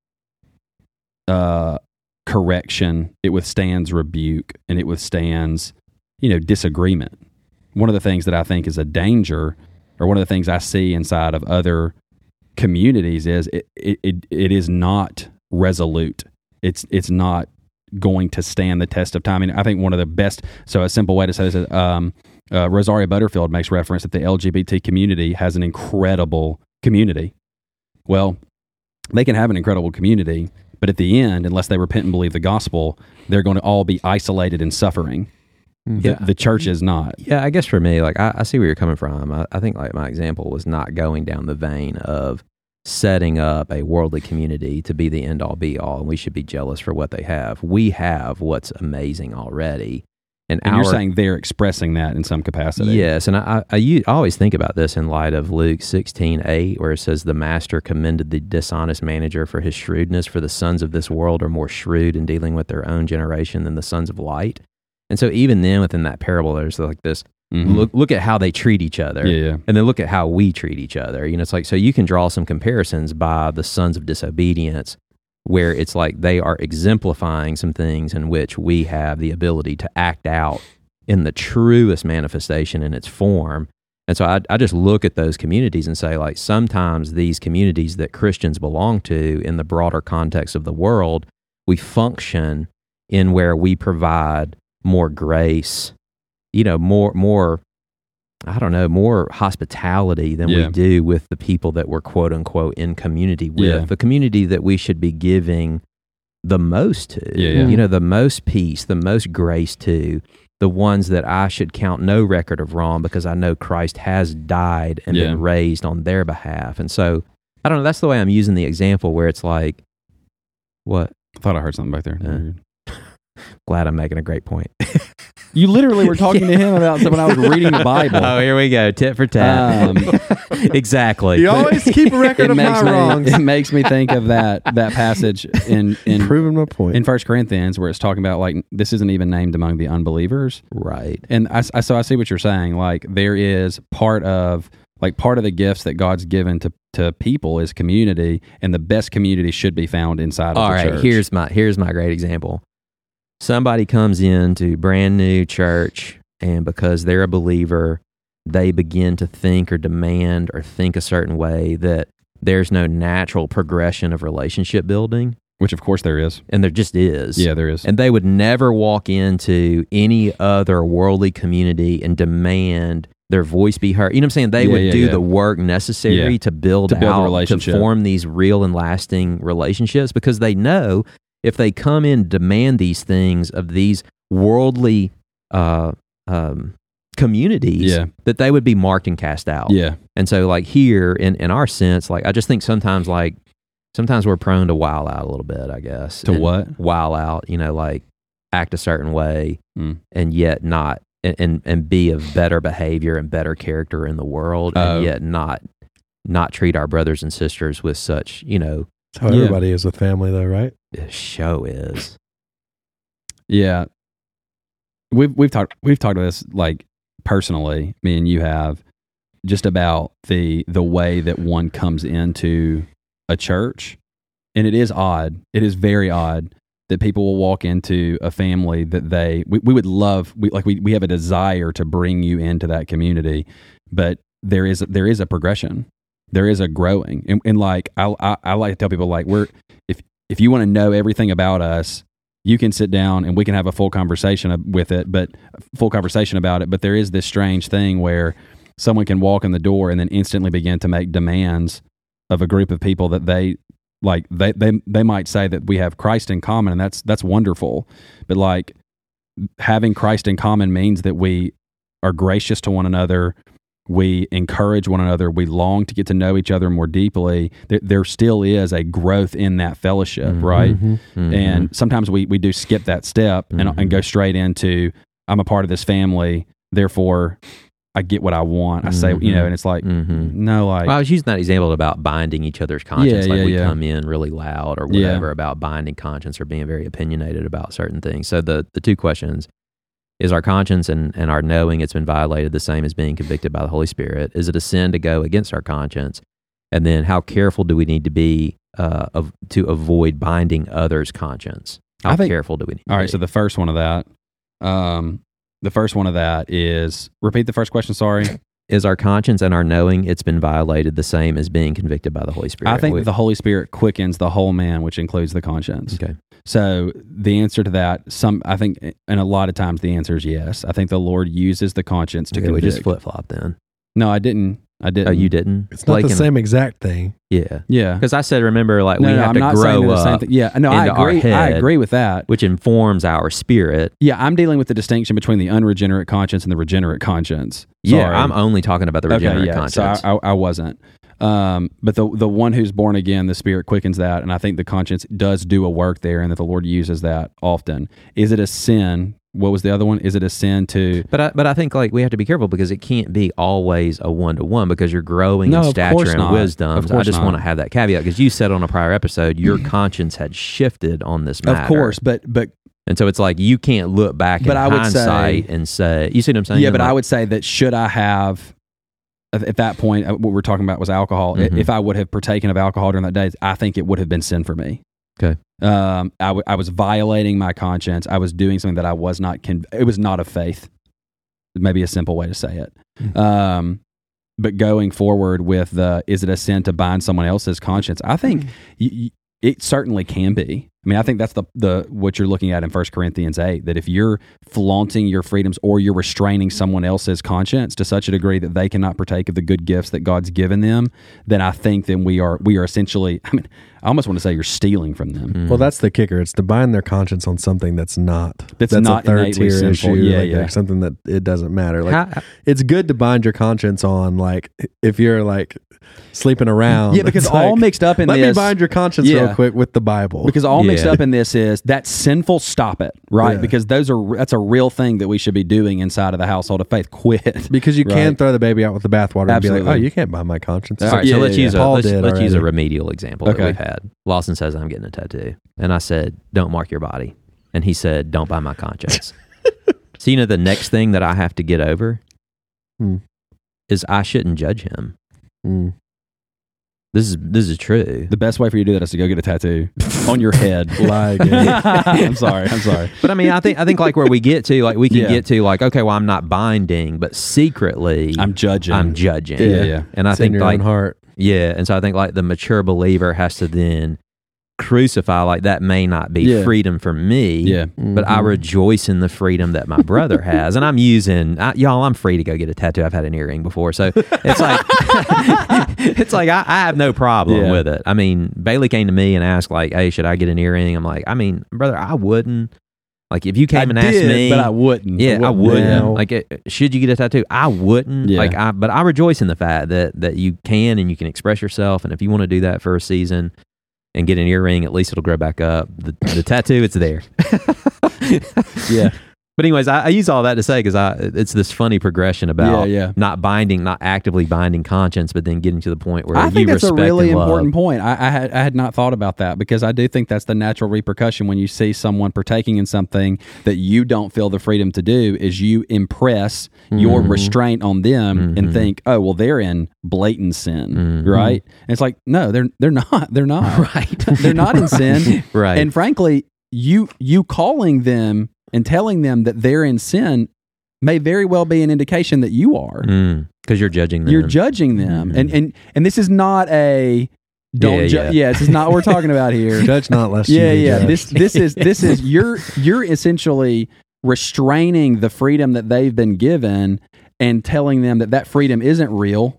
C: uh correction it withstands rebuke and it withstands you know disagreement one of the things that i think is a danger or one of the things i see inside of other communities is it it, it, it is not resolute it's it's not going to stand the test of time and i think one of the best so a simple way to say this is um uh, Rosaria Butterfield makes reference that the LGBT community has an incredible community. Well, they can have an incredible community, but at the end, unless they repent and believe the gospel, they're going to all be isolated and suffering.
B: Mm-hmm.
A: Yeah.
C: The, the church is not.
A: Yeah, I guess for me, like I, I see where you're coming from. I, I think like my example was not going down the vein of setting up a worldly community to be the end all be all, and we should be jealous for what they have. We have what's amazing already, and,
C: And
A: our
C: you're saying they're expressing that in some capacity.
A: Yes, and I, I, I u- I always think about this in light of Luke sixteen eight, where it says, The master commended the dishonest manager for his shrewdness, for the sons of this world are more shrewd in dealing with their own generation than the sons of light. And so, even then, within that parable, there's like this
C: Mhm.
A: look, look at how they treat each other.
C: Yeah, yeah.
A: And then look at how we treat each other. You know, it's like, so you can draw some comparisons by the sons of disobedience, where it's like they are exemplifying some things in which we have the ability to act out in the truest manifestation in its form. And so I, I just look at those communities and say, like, sometimes these communities that Christians belong to in the broader context of the world, we function in where we provide more grace, you know, more, more, I don't know, more hospitality than
C: Yeah.
A: we do with the people that we're quote unquote in community with,
C: Yeah.
A: the community that we should be giving the most to,
C: Yeah, yeah.
A: you know, the most peace, the most grace to the ones that I should count no record of wrong because I know Christ has died and
C: Yeah.
A: been raised on their behalf. And so I don't know, that's the way I'm using the example where it's like what?
C: I thought I heard something back there.
A: Yeah. Glad I'm making a great point.
C: You literally were talking to him about when I was reading the Bible.
A: Oh, here we go. Tit for tat.
C: Um,
A: exactly.
B: You always keep a record
C: it
B: of my
C: makes me
B: wrongs.
C: it makes me think of that that passage in in
B: Proving my point.
C: in First Corinthians where it's talking about like this isn't even named among the unbelievers,
A: right.
C: and I, I so I see what you're saying. Like there is part of like part of the gifts that God's given to to people is community, and the best community should be found inside
A: All
C: of the
A: right,
C: church.
A: here's my here's my great example. Somebody comes into brand new church, and because they're a believer, they begin to think or demand or think a certain way that there's no natural progression of relationship building,
C: which of course there is.
A: and there just is.
C: Yeah, there is.
A: And they would never walk into any other worldly community and demand their voice be heard. You know what I'm saying? They
C: Yeah,
A: would
C: yeah,
A: do
C: yeah.
A: the work necessary
C: Yeah.
A: to build
C: To build a
A: out,
C: relationship.
A: to form these real and lasting relationships because they know if they come in demand these things of these worldly uh, um, communities
C: yeah,
A: that they would be marked and cast out.
C: yeah,
A: And so like here in, in our sense, like I just think sometimes like sometimes we're prone to wild out a little bit, I guess.
C: to
A: And-
C: what?
A: while out, you know, like act a certain way
C: Mm.
A: and yet not and, and and be of better behavior and better character in the world
C: Oh.
A: and yet not not treat our brothers and sisters with such, you know,
B: That's how
C: Yeah.
B: everybody is a family, though, right?
A: show is.
C: Yeah. We've we've talked we've talked about this like personally, me and you have, just about the the way that one comes into a church. And it is odd. It is very odd that people will walk into a family that they we, we would love we like we, we have a desire to bring you into that community, but there is there is a progression. There is a growing. And, and like I, I I like to tell people like we're if if you want to know everything about us, you can sit down and we can have a full conversation ab- with it, but full conversation about it. But there is this strange thing where someone can walk in the door and then instantly begin to make demands of a group of people that they like they they they might say that we have Christ in common and that's that's wonderful. But like having Christ in common means that we are gracious to one another, we encourage one another, we long to get to know each other more deeply. There, there still is a growth in that fellowship,
A: Mhm.
C: right?
B: Mhm.
A: Mm-hmm.
C: and sometimes we we do skip that step and, and go straight into I'm a part of this family, therefore I get what I want. I say, you know, and it's like
A: hmm
C: no, like
A: Well, I was using that example about binding each other's conscience.
C: Yeah,
A: like
C: yeah,
A: we
C: yeah.
A: come in really loud or
C: Yeah.
A: whatever about binding conscience or being very opinionated about certain things. So the, the two questions is our conscience and, and our knowing it's been violated the same as being convicted by the Holy Spirit? Is it a sin to go against our conscience? And then how careful do we need to be uh, of, to avoid binding others' conscience? How
C: I think-
A: careful do we need
C: all
A: to
C: right. So the first one of that, um, the first one of that is repeat the first question. Sorry,
A: be? Is our conscience and our knowing it's been violated the same as being convicted by the Holy Spirit?
C: I think
A: We-
C: the Holy Spirit quickens the whole man, which includes the conscience.
A: Okay.
C: So the answer to that, some I think, and a lot of times the answer is yes. I think the Lord uses the conscience to
A: Okay, we
C: convict.
A: just flip flop then.
C: no, I didn't. I didn't.
A: Oh, you didn't?
B: It's not
A: Blake
B: the
A: and-
B: same exact thing.
A: Yeah.
C: Yeah.
A: Because I said, remember, like we have
C: I'm
A: to
C: not saying
A: grow
C: they're the
A: up,
C: same thing. Yeah, no, I
A: into our
C: agree. I
A: head.
C: agree with that.
A: which informs our spirit.
C: Yeah, I'm dealing with the distinction between the unregenerate conscience and the regenerate conscience. Sorry.
A: Yeah, I'm only talking about the regenerate conscience.
C: So I, I, I wasn't. Um, but the the one who's born again, the Spirit quickens that, and I think the conscience does do a work there, and that the Lord uses that often. Is it a sin? What was the other one? Is it a sin to?
A: but I, but I think like we have to be careful because it can't be always a one to one because you're growing
C: No,
A: in
C: of
A: stature
C: course
A: and
C: not.
A: wisdom.
C: Of
A: So I
C: course
A: just
C: not.
A: want to have that caveat because you said on a prior episode your conscience had shifted on this matter.
C: Of course, but but
A: and so it's like you can't look back
C: But
A: in
C: I would say-
A: hindsight and say, you see what I'm saying?
C: yeah, but
A: Like,
C: I would say that should I have at at that point uh, what we're talking about was alcohol. I-
A: Mhm.
C: If I would have partaken of alcohol during that day, I think it would have been sin for me.
A: Okay.
C: Um, I, w- I was violating my conscience. I was doing something that I was not. Con- it was not of faith. Maybe a simple way to say it.
A: Mm.
C: Um, but going forward with the is it a sin to bind someone else's conscience? I
A: Mm.
C: think y y it certainly can be. I mean, I think that's the the what you're looking at in 1 Corinthians eight that if you're flaunting your freedoms or you're restraining someone else's conscience to such a degree that they cannot partake of the good gifts that God's given them, then I think then we are we are essentially. I mean, I almost want to say you're stealing from them.
A: Mm.
B: Well, that's the kicker. It's to bind their conscience on something that's not.
C: That's not innately sinful. Yeah,
B: like,
C: yeah.
B: like, something that it doesn't matter. Like
A: How-
B: it's good to bind your conscience on like if you're like sleeping around.
C: Yeah, because
B: It's
C: all
B: like,
C: mixed up in
B: let
C: this.
B: me bind your conscience
C: Yeah.
B: real quick with the Bible.
C: because all mixed
A: Yeah.
C: up in this is that sinful stop it right
B: Yeah.
C: because those are that's a real thing that we should be doing inside of the household of faith quit
B: because you can
C: Right.
B: throw the baby out with the bathwater and be like,
C: Absolutely.
B: oh, you can't bind my conscience.
C: All
A: All right,
C: Yeah,
A: so let's
C: yeah,
A: use
B: yeah.
A: a
B: Paul
A: let's,
B: did
A: let's use a
B: already.
A: remedial example
C: Okay.
A: that we've had. Lawson says I'm getting a tattoo, and I said, "Don't mark your body," and he said, "Don't buy my conscience." so you know the next thing that I have to get over
B: Hmm.
A: is I shouldn't judge him.
B: Mm.
A: This is this is true,
C: the best way for you to do that is to go get a tattoo on your head
B: Lie again.
C: i'm sorry i'm sorry
A: but I mean I think I think like where we get to like we can
C: Yeah.
A: get to like okay well I'm not binding but secretly
C: i'm judging
A: I'm judging
C: Yeah, yeah, yeah.
A: and I
B: It's in
A: think
B: your
A: like
B: own heart.
A: Yeah, and so I think like the mature believer has to then crucify like that may not be
C: Yeah.
A: freedom for me.
C: yeah
A: But I
C: Mm-hmm.
B: Mhm.
A: rejoice in the freedom that my brother has, and I'm using I, y'all. I'm free to go get a tattoo. I've had an earring before, so it's like it's like I, I have no problem
C: Yeah.
A: with it. I mean, Bailey came to me and asked like, "Hey, should I get an earring?" I'm like, "I mean, brother, I wouldn't." Like, if you came and asked
C: did,
A: me,
C: but i wouldn't
A: yeah, I wouldn't.
B: now.
A: Like, it, should you get a tattoo? I wouldn't.
C: Yeah.
A: Like, I but I rejoice in the fact that that you can and you can express yourself, and if you want to do that for a season and get an earring, at least it'll grow back up. The, the tattoo, it's there.
C: yeah
A: But anyways, I, I use all that to say because I it's this funny progression about
C: yeah, yeah.
A: not binding, not actively binding conscience, but then getting to the point where
C: I
A: you
C: think that's a
A: respect
C: really
A: and love.
C: important point. I, I had I had not thought about that because I do think that's the natural repercussion when you see someone partaking in something that you don't feel the freedom to do is you impress
A: Mm-hmm.
C: your restraint on them and think, oh well, they're in blatant sin,
A: Mm-hmm.
C: right? And it's like, no, they're they're not. They're not. Right. they're not in sin.
A: Right.
C: And frankly, you you calling them and telling them that they're in sin may very well be an indication that you are
A: because Mm. you're judging them.
C: you're judging them and and and this is not a
A: Yeah,
C: don't yeah,
A: yeah.
C: yeah this is not what we're talking about here
B: Judge not lest you
C: yeah
B: be
C: yeah
B: judged.
C: this this is this is you're you're essentially restraining the freedom that they've been given and telling them that that freedom isn't real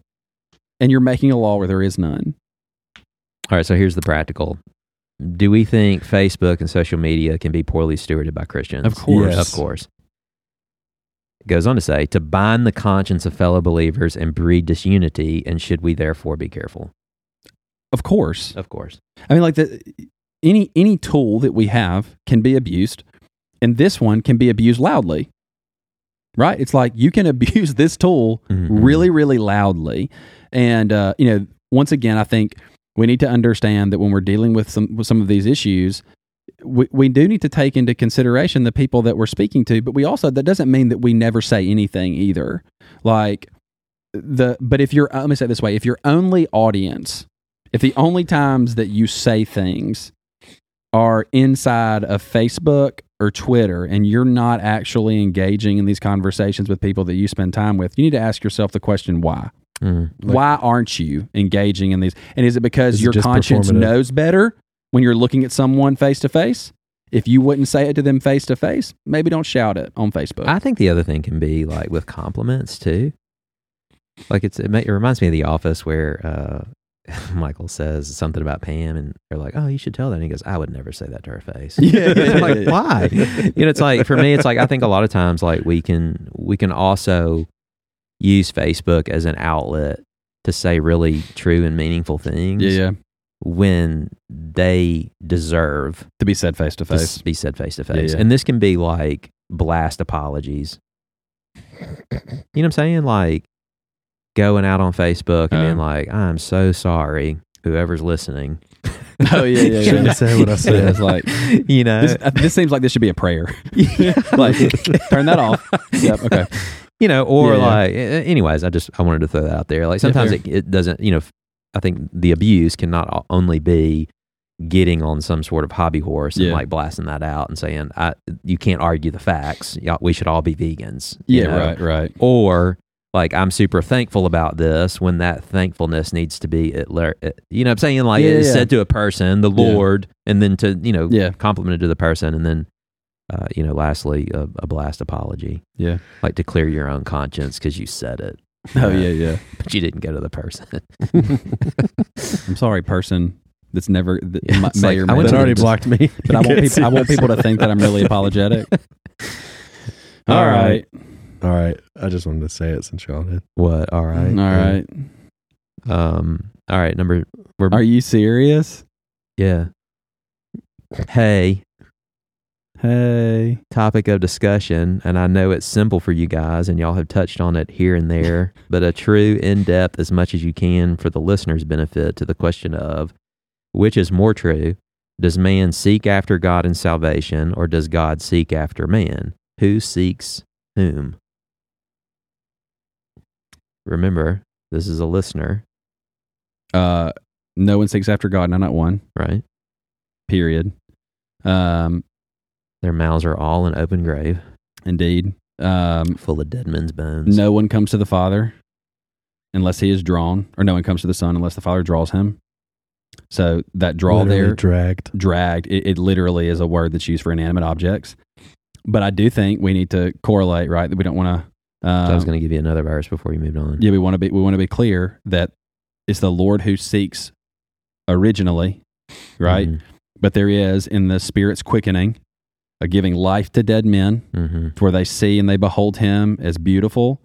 C: and you're making a law where there is none
A: all right. So here's the practical. Do we think Facebook and social media can be poorly stewarded by Christians?
C: Of course.
A: of course. It Goes on to say, to bind the conscience of fellow believers and breed disunity, and should we therefore be careful?
C: of course
A: Of course.
C: i mean like the any any tool that we have can be abused and this one can be abused loudly right it's like you can abuse this tool
A: Mm-hmm.
C: really, really loudly. And uh, you know, once again, I think we need to understand that when we're dealing with some with some of these issues, we, we do need to take into consideration the people that we're speaking to. But we also that doesn't mean that we never say anything either. Like the but if you're uh, let me say it this way, if your only audience, if the only times that you say things are inside of Facebook or Twitter and you're not actually engaging in these conversations with people that you spend time with, you need to ask yourself the question why?
A: Mm.
B: Like-
C: why aren't you engaging in these? And is it because
B: Is it
C: your
B: just
C: conscience
B: performative?
C: knows better when you're looking at someone face to face? If you wouldn't say it to them face to face, maybe don't shout it on Facebook.
A: I think the other thing can be like with compliments too. Like it's it, ma- it reminds me of The Office where uh, Michael says something about Pam, and they're like, "Oh, you should tell that." And he goes, "I would never say that to her face."
C: Yeah, yeah,
A: I'm like
C: yeah, yeah.
A: why? You know, it's like for me, it's like I think a lot of times like we can we can also use Facebook as an outlet to say really true and meaningful things
C: yeah, yeah.
A: when they deserve
C: To be said face to
A: to
C: face.
A: s- be said face to
C: Yeah,
A: face.
C: yeah.
A: And this can be like blast apologies. You know what I'm saying? Like going out on Facebook and being
C: Uh.
A: like, I'm so sorry, whoever's listening.
C: Oh, yeah, yeah, yeah.
B: Shouldn't have said what I
C: So
B: said.
C: it's like
A: you know,
C: this, this seems like this should be a prayer. like turn that off. Yep, okay.
A: you know, or
C: Yeah, yeah.
A: like, a- anyways, I just, I wanted to throw that out there. Like sometimes
C: fair.
A: it, it doesn't, you know, f- I think the abuse cannot o- only be getting on some sort of hobby horse and
C: Yeah.
A: like blasting that out and saying, I, you can't argue the facts. Y'all, we should all be vegans. you
C: Yeah,
A: know?
C: right, right.
A: or like I'm super thankful about this when that thankfulness needs to be at le- at- you know what I'm saying like
C: Yeah,
A: it's
C: yeah.
A: said to a person the
C: Yeah.
A: Lord and then to you know
C: Yeah.
A: complimented to the person and then uh, you know lastly a, a blast apology
C: Yeah.
A: like to clear your own conscience because you said it
C: Oh yeah, yeah.
A: but you didn't go to the person
C: I'm sorry, person that's never that
A: Yeah,
C: mi-
A: it's
C: may
A: like,
C: or
A: I
C: may
A: went
B: That
A: to
C: not-
B: already blocked me.
C: But I want people, I want people to think that I'm really apologetic. All
B: All
C: right,
B: right. All right. I just wanted to say it since y'all did.
A: what all
C: Mm, all
A: right
C: right.
A: um all right number we're
C: Are you serious?
A: yeah hey
C: Hey,
A: topic of discussion, and I know it's simple for you guys, and y'all have touched on it here and there, but a true in depth as much as you can for the listener's benefit to the question of which is more true? Does man seek after God in salvation, or does God seek after man? Who seeks whom? Remember, this is a listener,
C: uh, no one seeks after God, no, not one.
A: right?
C: Period. Um,
A: Their mouths are all an open grave,
C: indeed. Um,
A: full of dead men's bones.
C: no one comes to the Father unless he is drawn, or no one comes to the Son unless the Father draws him. So that draw
B: Literally
C: there
B: Dragged.
C: dragged. It, it literally is a word that's used for inanimate objects. But I do think we need to correlate, right? That we don't want to.
A: So I
C: Um,
A: was going to give you another verse before you moved on.
C: yeah, we want to be we want to be clear that it's the Lord who seeks originally, right?
A: Mm-hmm,
C: But there is in the Spirit's quickening, a giving life to dead men,
A: Mm-hmm.
C: for they see and they behold Him as beautiful,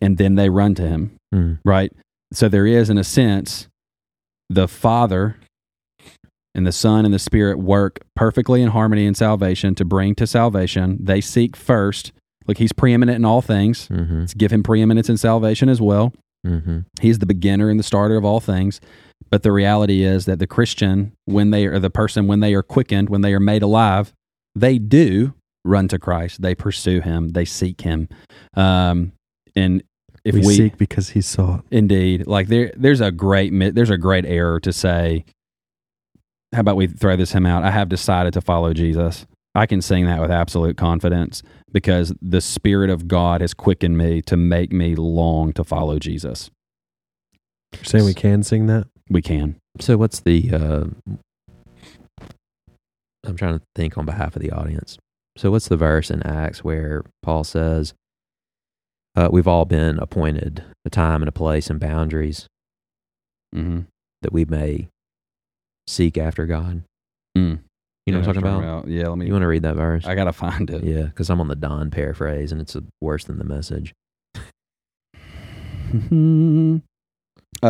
C: and then they run to Him,
A: hmm
C: right? So there is, in a sense, the Father and the Son and the Spirit work perfectly in harmony in salvation to bring to salvation. They seek first. Look, he's preeminent in all things.
A: Mm-hmm.
C: Let's give him preeminence in salvation as well.
A: Mm-hmm.
C: He's the beginner and the starter of all things. But the reality is that the Christian, when they are the person, when they are quickened, when they are made alive, they do run to Christ. They pursue Him. They seek Him. Um, and if we,
B: we, seek because he sought.
C: indeed, like there, there's a great mi- there's a great error to say. How about we throw this hymn out? I have decided to follow Jesus. I can sing that with absolute confidence because the Spirit of God has quickened me to make me long to follow Jesus.
B: You're saying we can sing that?
C: We can.
A: So what's the? Uh, I'm trying to think on behalf of the audience. So what's the verse in Acts where Paul says, uh, "We've all been appointed a time and a place and boundaries
C: Mm-hmm.
A: that we may seek after God."
C: Mm.
A: You know what I'm talking about?
C: Yeah, let me.
A: You want to read that verse?
C: I gotta find it.
A: yeah, because I'm on the Don paraphrase, and it's uh, worse than the message.
C: oh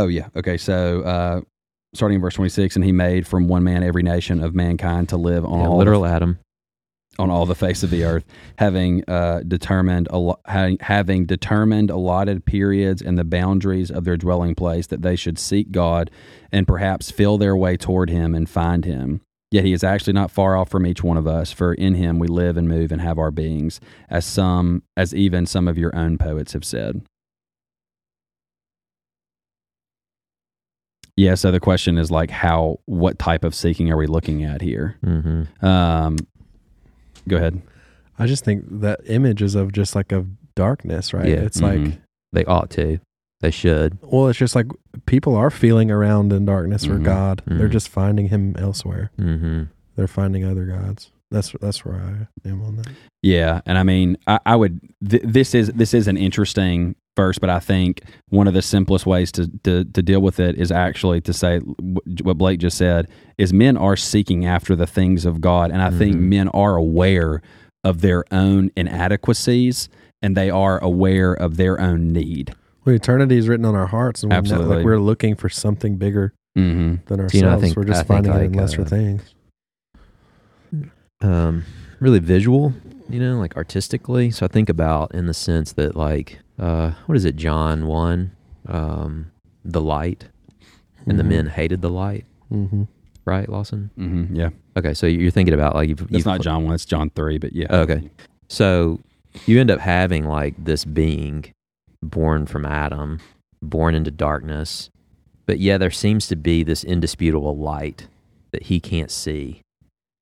C: yeah. Okay. So uh, starting in verse 26, and he made from one man every nation of mankind to live on
A: Yeah,
C: all
A: literal Adam.
C: the, on all the face of the earth, having uh, determined a lo- having, having determined allotted periods and the boundaries of their dwelling place that they should seek God and perhaps feel their way toward Him and find Him. Yet he is actually not far off from each one of us, for in him we live and move and have our beings, as some, as even some of your own poets have said. Yeah, so the question is like, how, what type of seeking are we looking at here?
A: Mm-hmm.
C: Um, go ahead.
B: I just think that image is of just like of darkness, right?
A: Yeah. mm-hmm.
B: It's like
C: Mhm.
A: They ought to. They should.
B: well, it's just like people are feeling around in darkness for
C: Mhm.
B: God. They're
A: Mhm.
B: just finding him elsewhere.
A: Mm-hmm.
B: They're finding other gods. That's that's where I am on that.
C: Yeah, and I mean, I, I would. Th- this is this is an interesting verse, but I think one of the simplest ways to to, to deal with it is actually to say wh- what Blake just said is men are seeking after the things of God, and I think
A: Mhm.
C: men are aware of their own inadequacies, and they are aware of their own need.
B: Well, eternity is written on our hearts, and we know,
C: Absolutely.
B: like we're looking for something bigger
C: Mm-hmm.
B: than ourselves.
A: you know, I think-
B: we're
A: I
B: just
A: think,
B: finding it in
A: like,
B: lesser
A: uh,
B: things.
A: um, really visual, you know, like artistically. So I think about in the sense that like, uh, what is it, John one, um, the light, and the men hated the light,
B: Mm-hmm.
A: right, Lawson?
C: Mm-hmm. Yeah,
A: Okay, so you're thinking about like you've,
C: it's
A: you've
C: not John one; it's John three. But yeah,
A: Okay. So you end up having like this being born from Adam, born into darkness, but yeah, there seems to be this indisputable light that he can't see,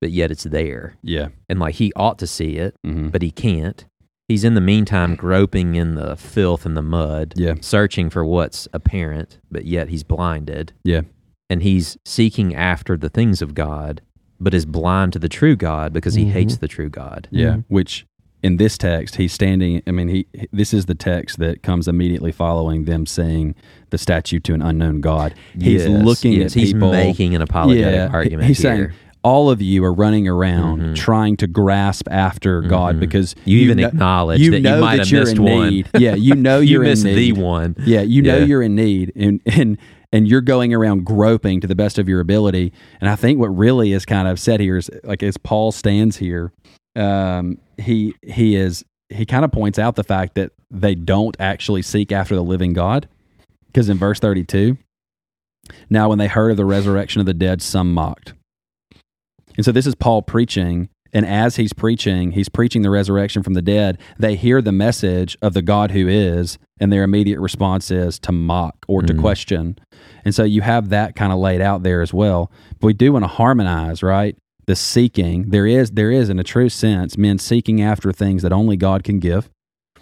A: but yet it's there,
C: yeah,
A: and like he ought to see it
C: mm-hmm.
A: but he can't. He's in the meantime groping in the filth and the mud,
C: yeah,
A: searching for what's apparent, but yet he's blinded.
C: Yeah.
A: And he's seeking after the things of God, but is blind to the true God because he
B: Mhm.
C: Mm-hmm.
A: hates the true God.
C: Yeah,
B: Mhm.
C: which in this text he's standing. I mean, he this is the text that comes immediately following them saying the statue to an unknown god. He's
A: Yes,
C: looking
A: yes,
C: at
A: he's
C: people.
A: making an apologetic
C: Yeah, he-
A: argument
C: He's
A: here.
C: saying all of you are running around
A: Mhm.
C: trying to grasp after God
A: Mhm.
C: because
A: you, even
C: know,
A: acknowledge
C: you
A: that
C: know
A: you might
C: that
A: have
C: you're
A: missed
C: in
A: one.
C: need. Yeah, you know
A: You
C: Oh, you're in
A: missed the
C: need.
A: one.
C: Yeah, you know
A: Yeah.
C: you're in need, and and and you're going around groping to the best of your ability. And I think what really is kind of said here is like as Paul stands here, um, he he is he kind of points out the fact that they don't actually seek after the living God, because in verse thirty two, now when they heard of the resurrection of the dead, some mocked. And so this is Paul preaching. And as he's preaching, he's preaching the resurrection from the dead. They hear the message of the God who is, and their immediate response is to mock or to
A: Mhm.
C: question. And so you have that kind of laid out there as well. But we do want to harmonize, right? The seeking. There is, there is, in a true sense, men seeking after things that only God can give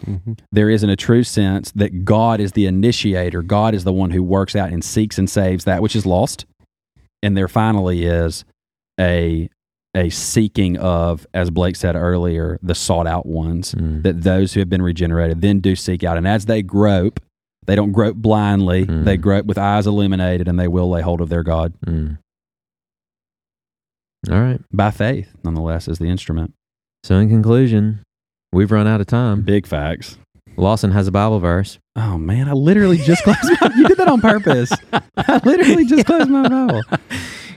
B: Mm-hmm.
C: there is in a true sense that God is the initiator. God is the one who works out and seeks and saves that which is lost. And there finally is a a seeking of, as Blake said earlier, the sought out ones,
A: Mm.
C: that those who have been regenerated then do seek out. And as they grope, they don't grope blindly,
A: Mm.
C: they grope with eyes illuminated and they will lay hold of their God
A: Mm. All right.
C: by faith, nonetheless, is the instrument.
A: So in conclusion, we've run out of time.
C: Big facts.
A: Lawson has a Bible verse.
C: Oh man, I literally just closed my you did that on purpose. I literally just closed my Bible.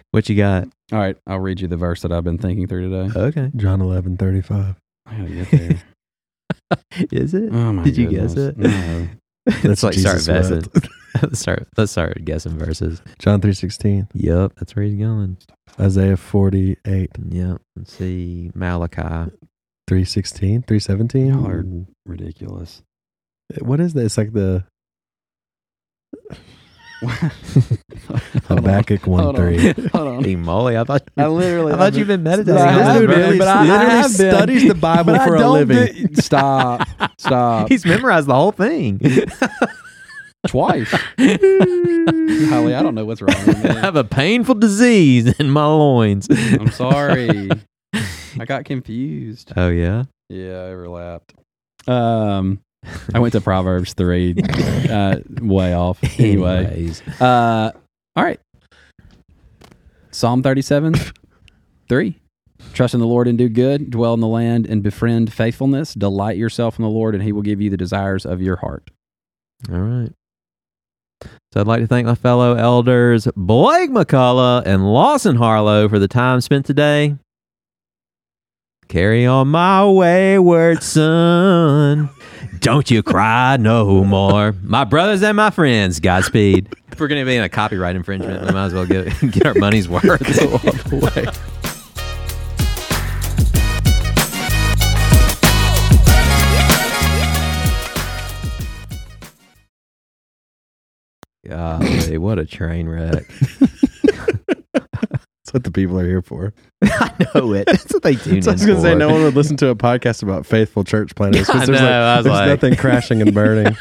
A: What you got?
C: All right, I'll read you the verse that I've been thinking through today.
A: Okay.
B: John eleven thirty five.
C: I gotta get there.
A: Is it?
C: Oh my
A: Did you guess
C: goodness.
A: it?
C: No.
A: Mm. let's like start
B: Jesus
A: guessing.
B: wept.
A: let's start. Let's start guessing verses.
B: John three sixteen.
A: Yep, that's where he's going.
B: Isaiah forty eight.
A: Yep. Let's see Malachi.
B: Three sixteen. Three seventeen.
C: Y'all are- Ridiculous.
B: What is that? It's like the
C: Hold on.
B: Habakkuk one
C: Hold on.
B: three.
C: Hold on.
A: Hey, Molly, I thought.
C: I literally.
A: I thought
C: I've
A: you've been meditating.
C: I
A: on this,
B: This dude
C: have
A: bro.
C: been,
B: really,
C: but I
B: literally
C: have been.
B: studies the Bible
C: But I
B: for a
C: don't
B: living.
C: do- stop. Stop.
A: He's memorized the whole thing.
C: Twice. Holly, I don't know what's wrong with
A: I
C: me.
A: have a painful disease in my loins.
C: I'm sorry. I got confused.
A: Oh yeah.
C: Yeah, I overlapped. Um, I went to Proverbs 3, uh, way off. Anyway.
A: Anyways,
C: Uh, all right. Psalm 37, 3. Trust in the Lord and do good. Dwell in the land and befriend faithfulness. Delight yourself in the Lord, and he will give you the desires of your heart.
A: all right. So I'd like to thank my fellow elders Blake McCullough and Lawson Harlow for the time spent today. Carry on my wayward son. Don't you cry no more. My brothers and my friends, Godspeed. If we're going to be in a copyright infringement, we might as well get, get our money's worth. Golly, what a train wreck.
B: That's what the people are here for.
A: I know it. That's what they do.
B: So I was going to say, no one would listen to a podcast about faithful church planners
A: I
B: because there's,
A: know, I was
B: there's
A: like-
B: nothing crashing and burning.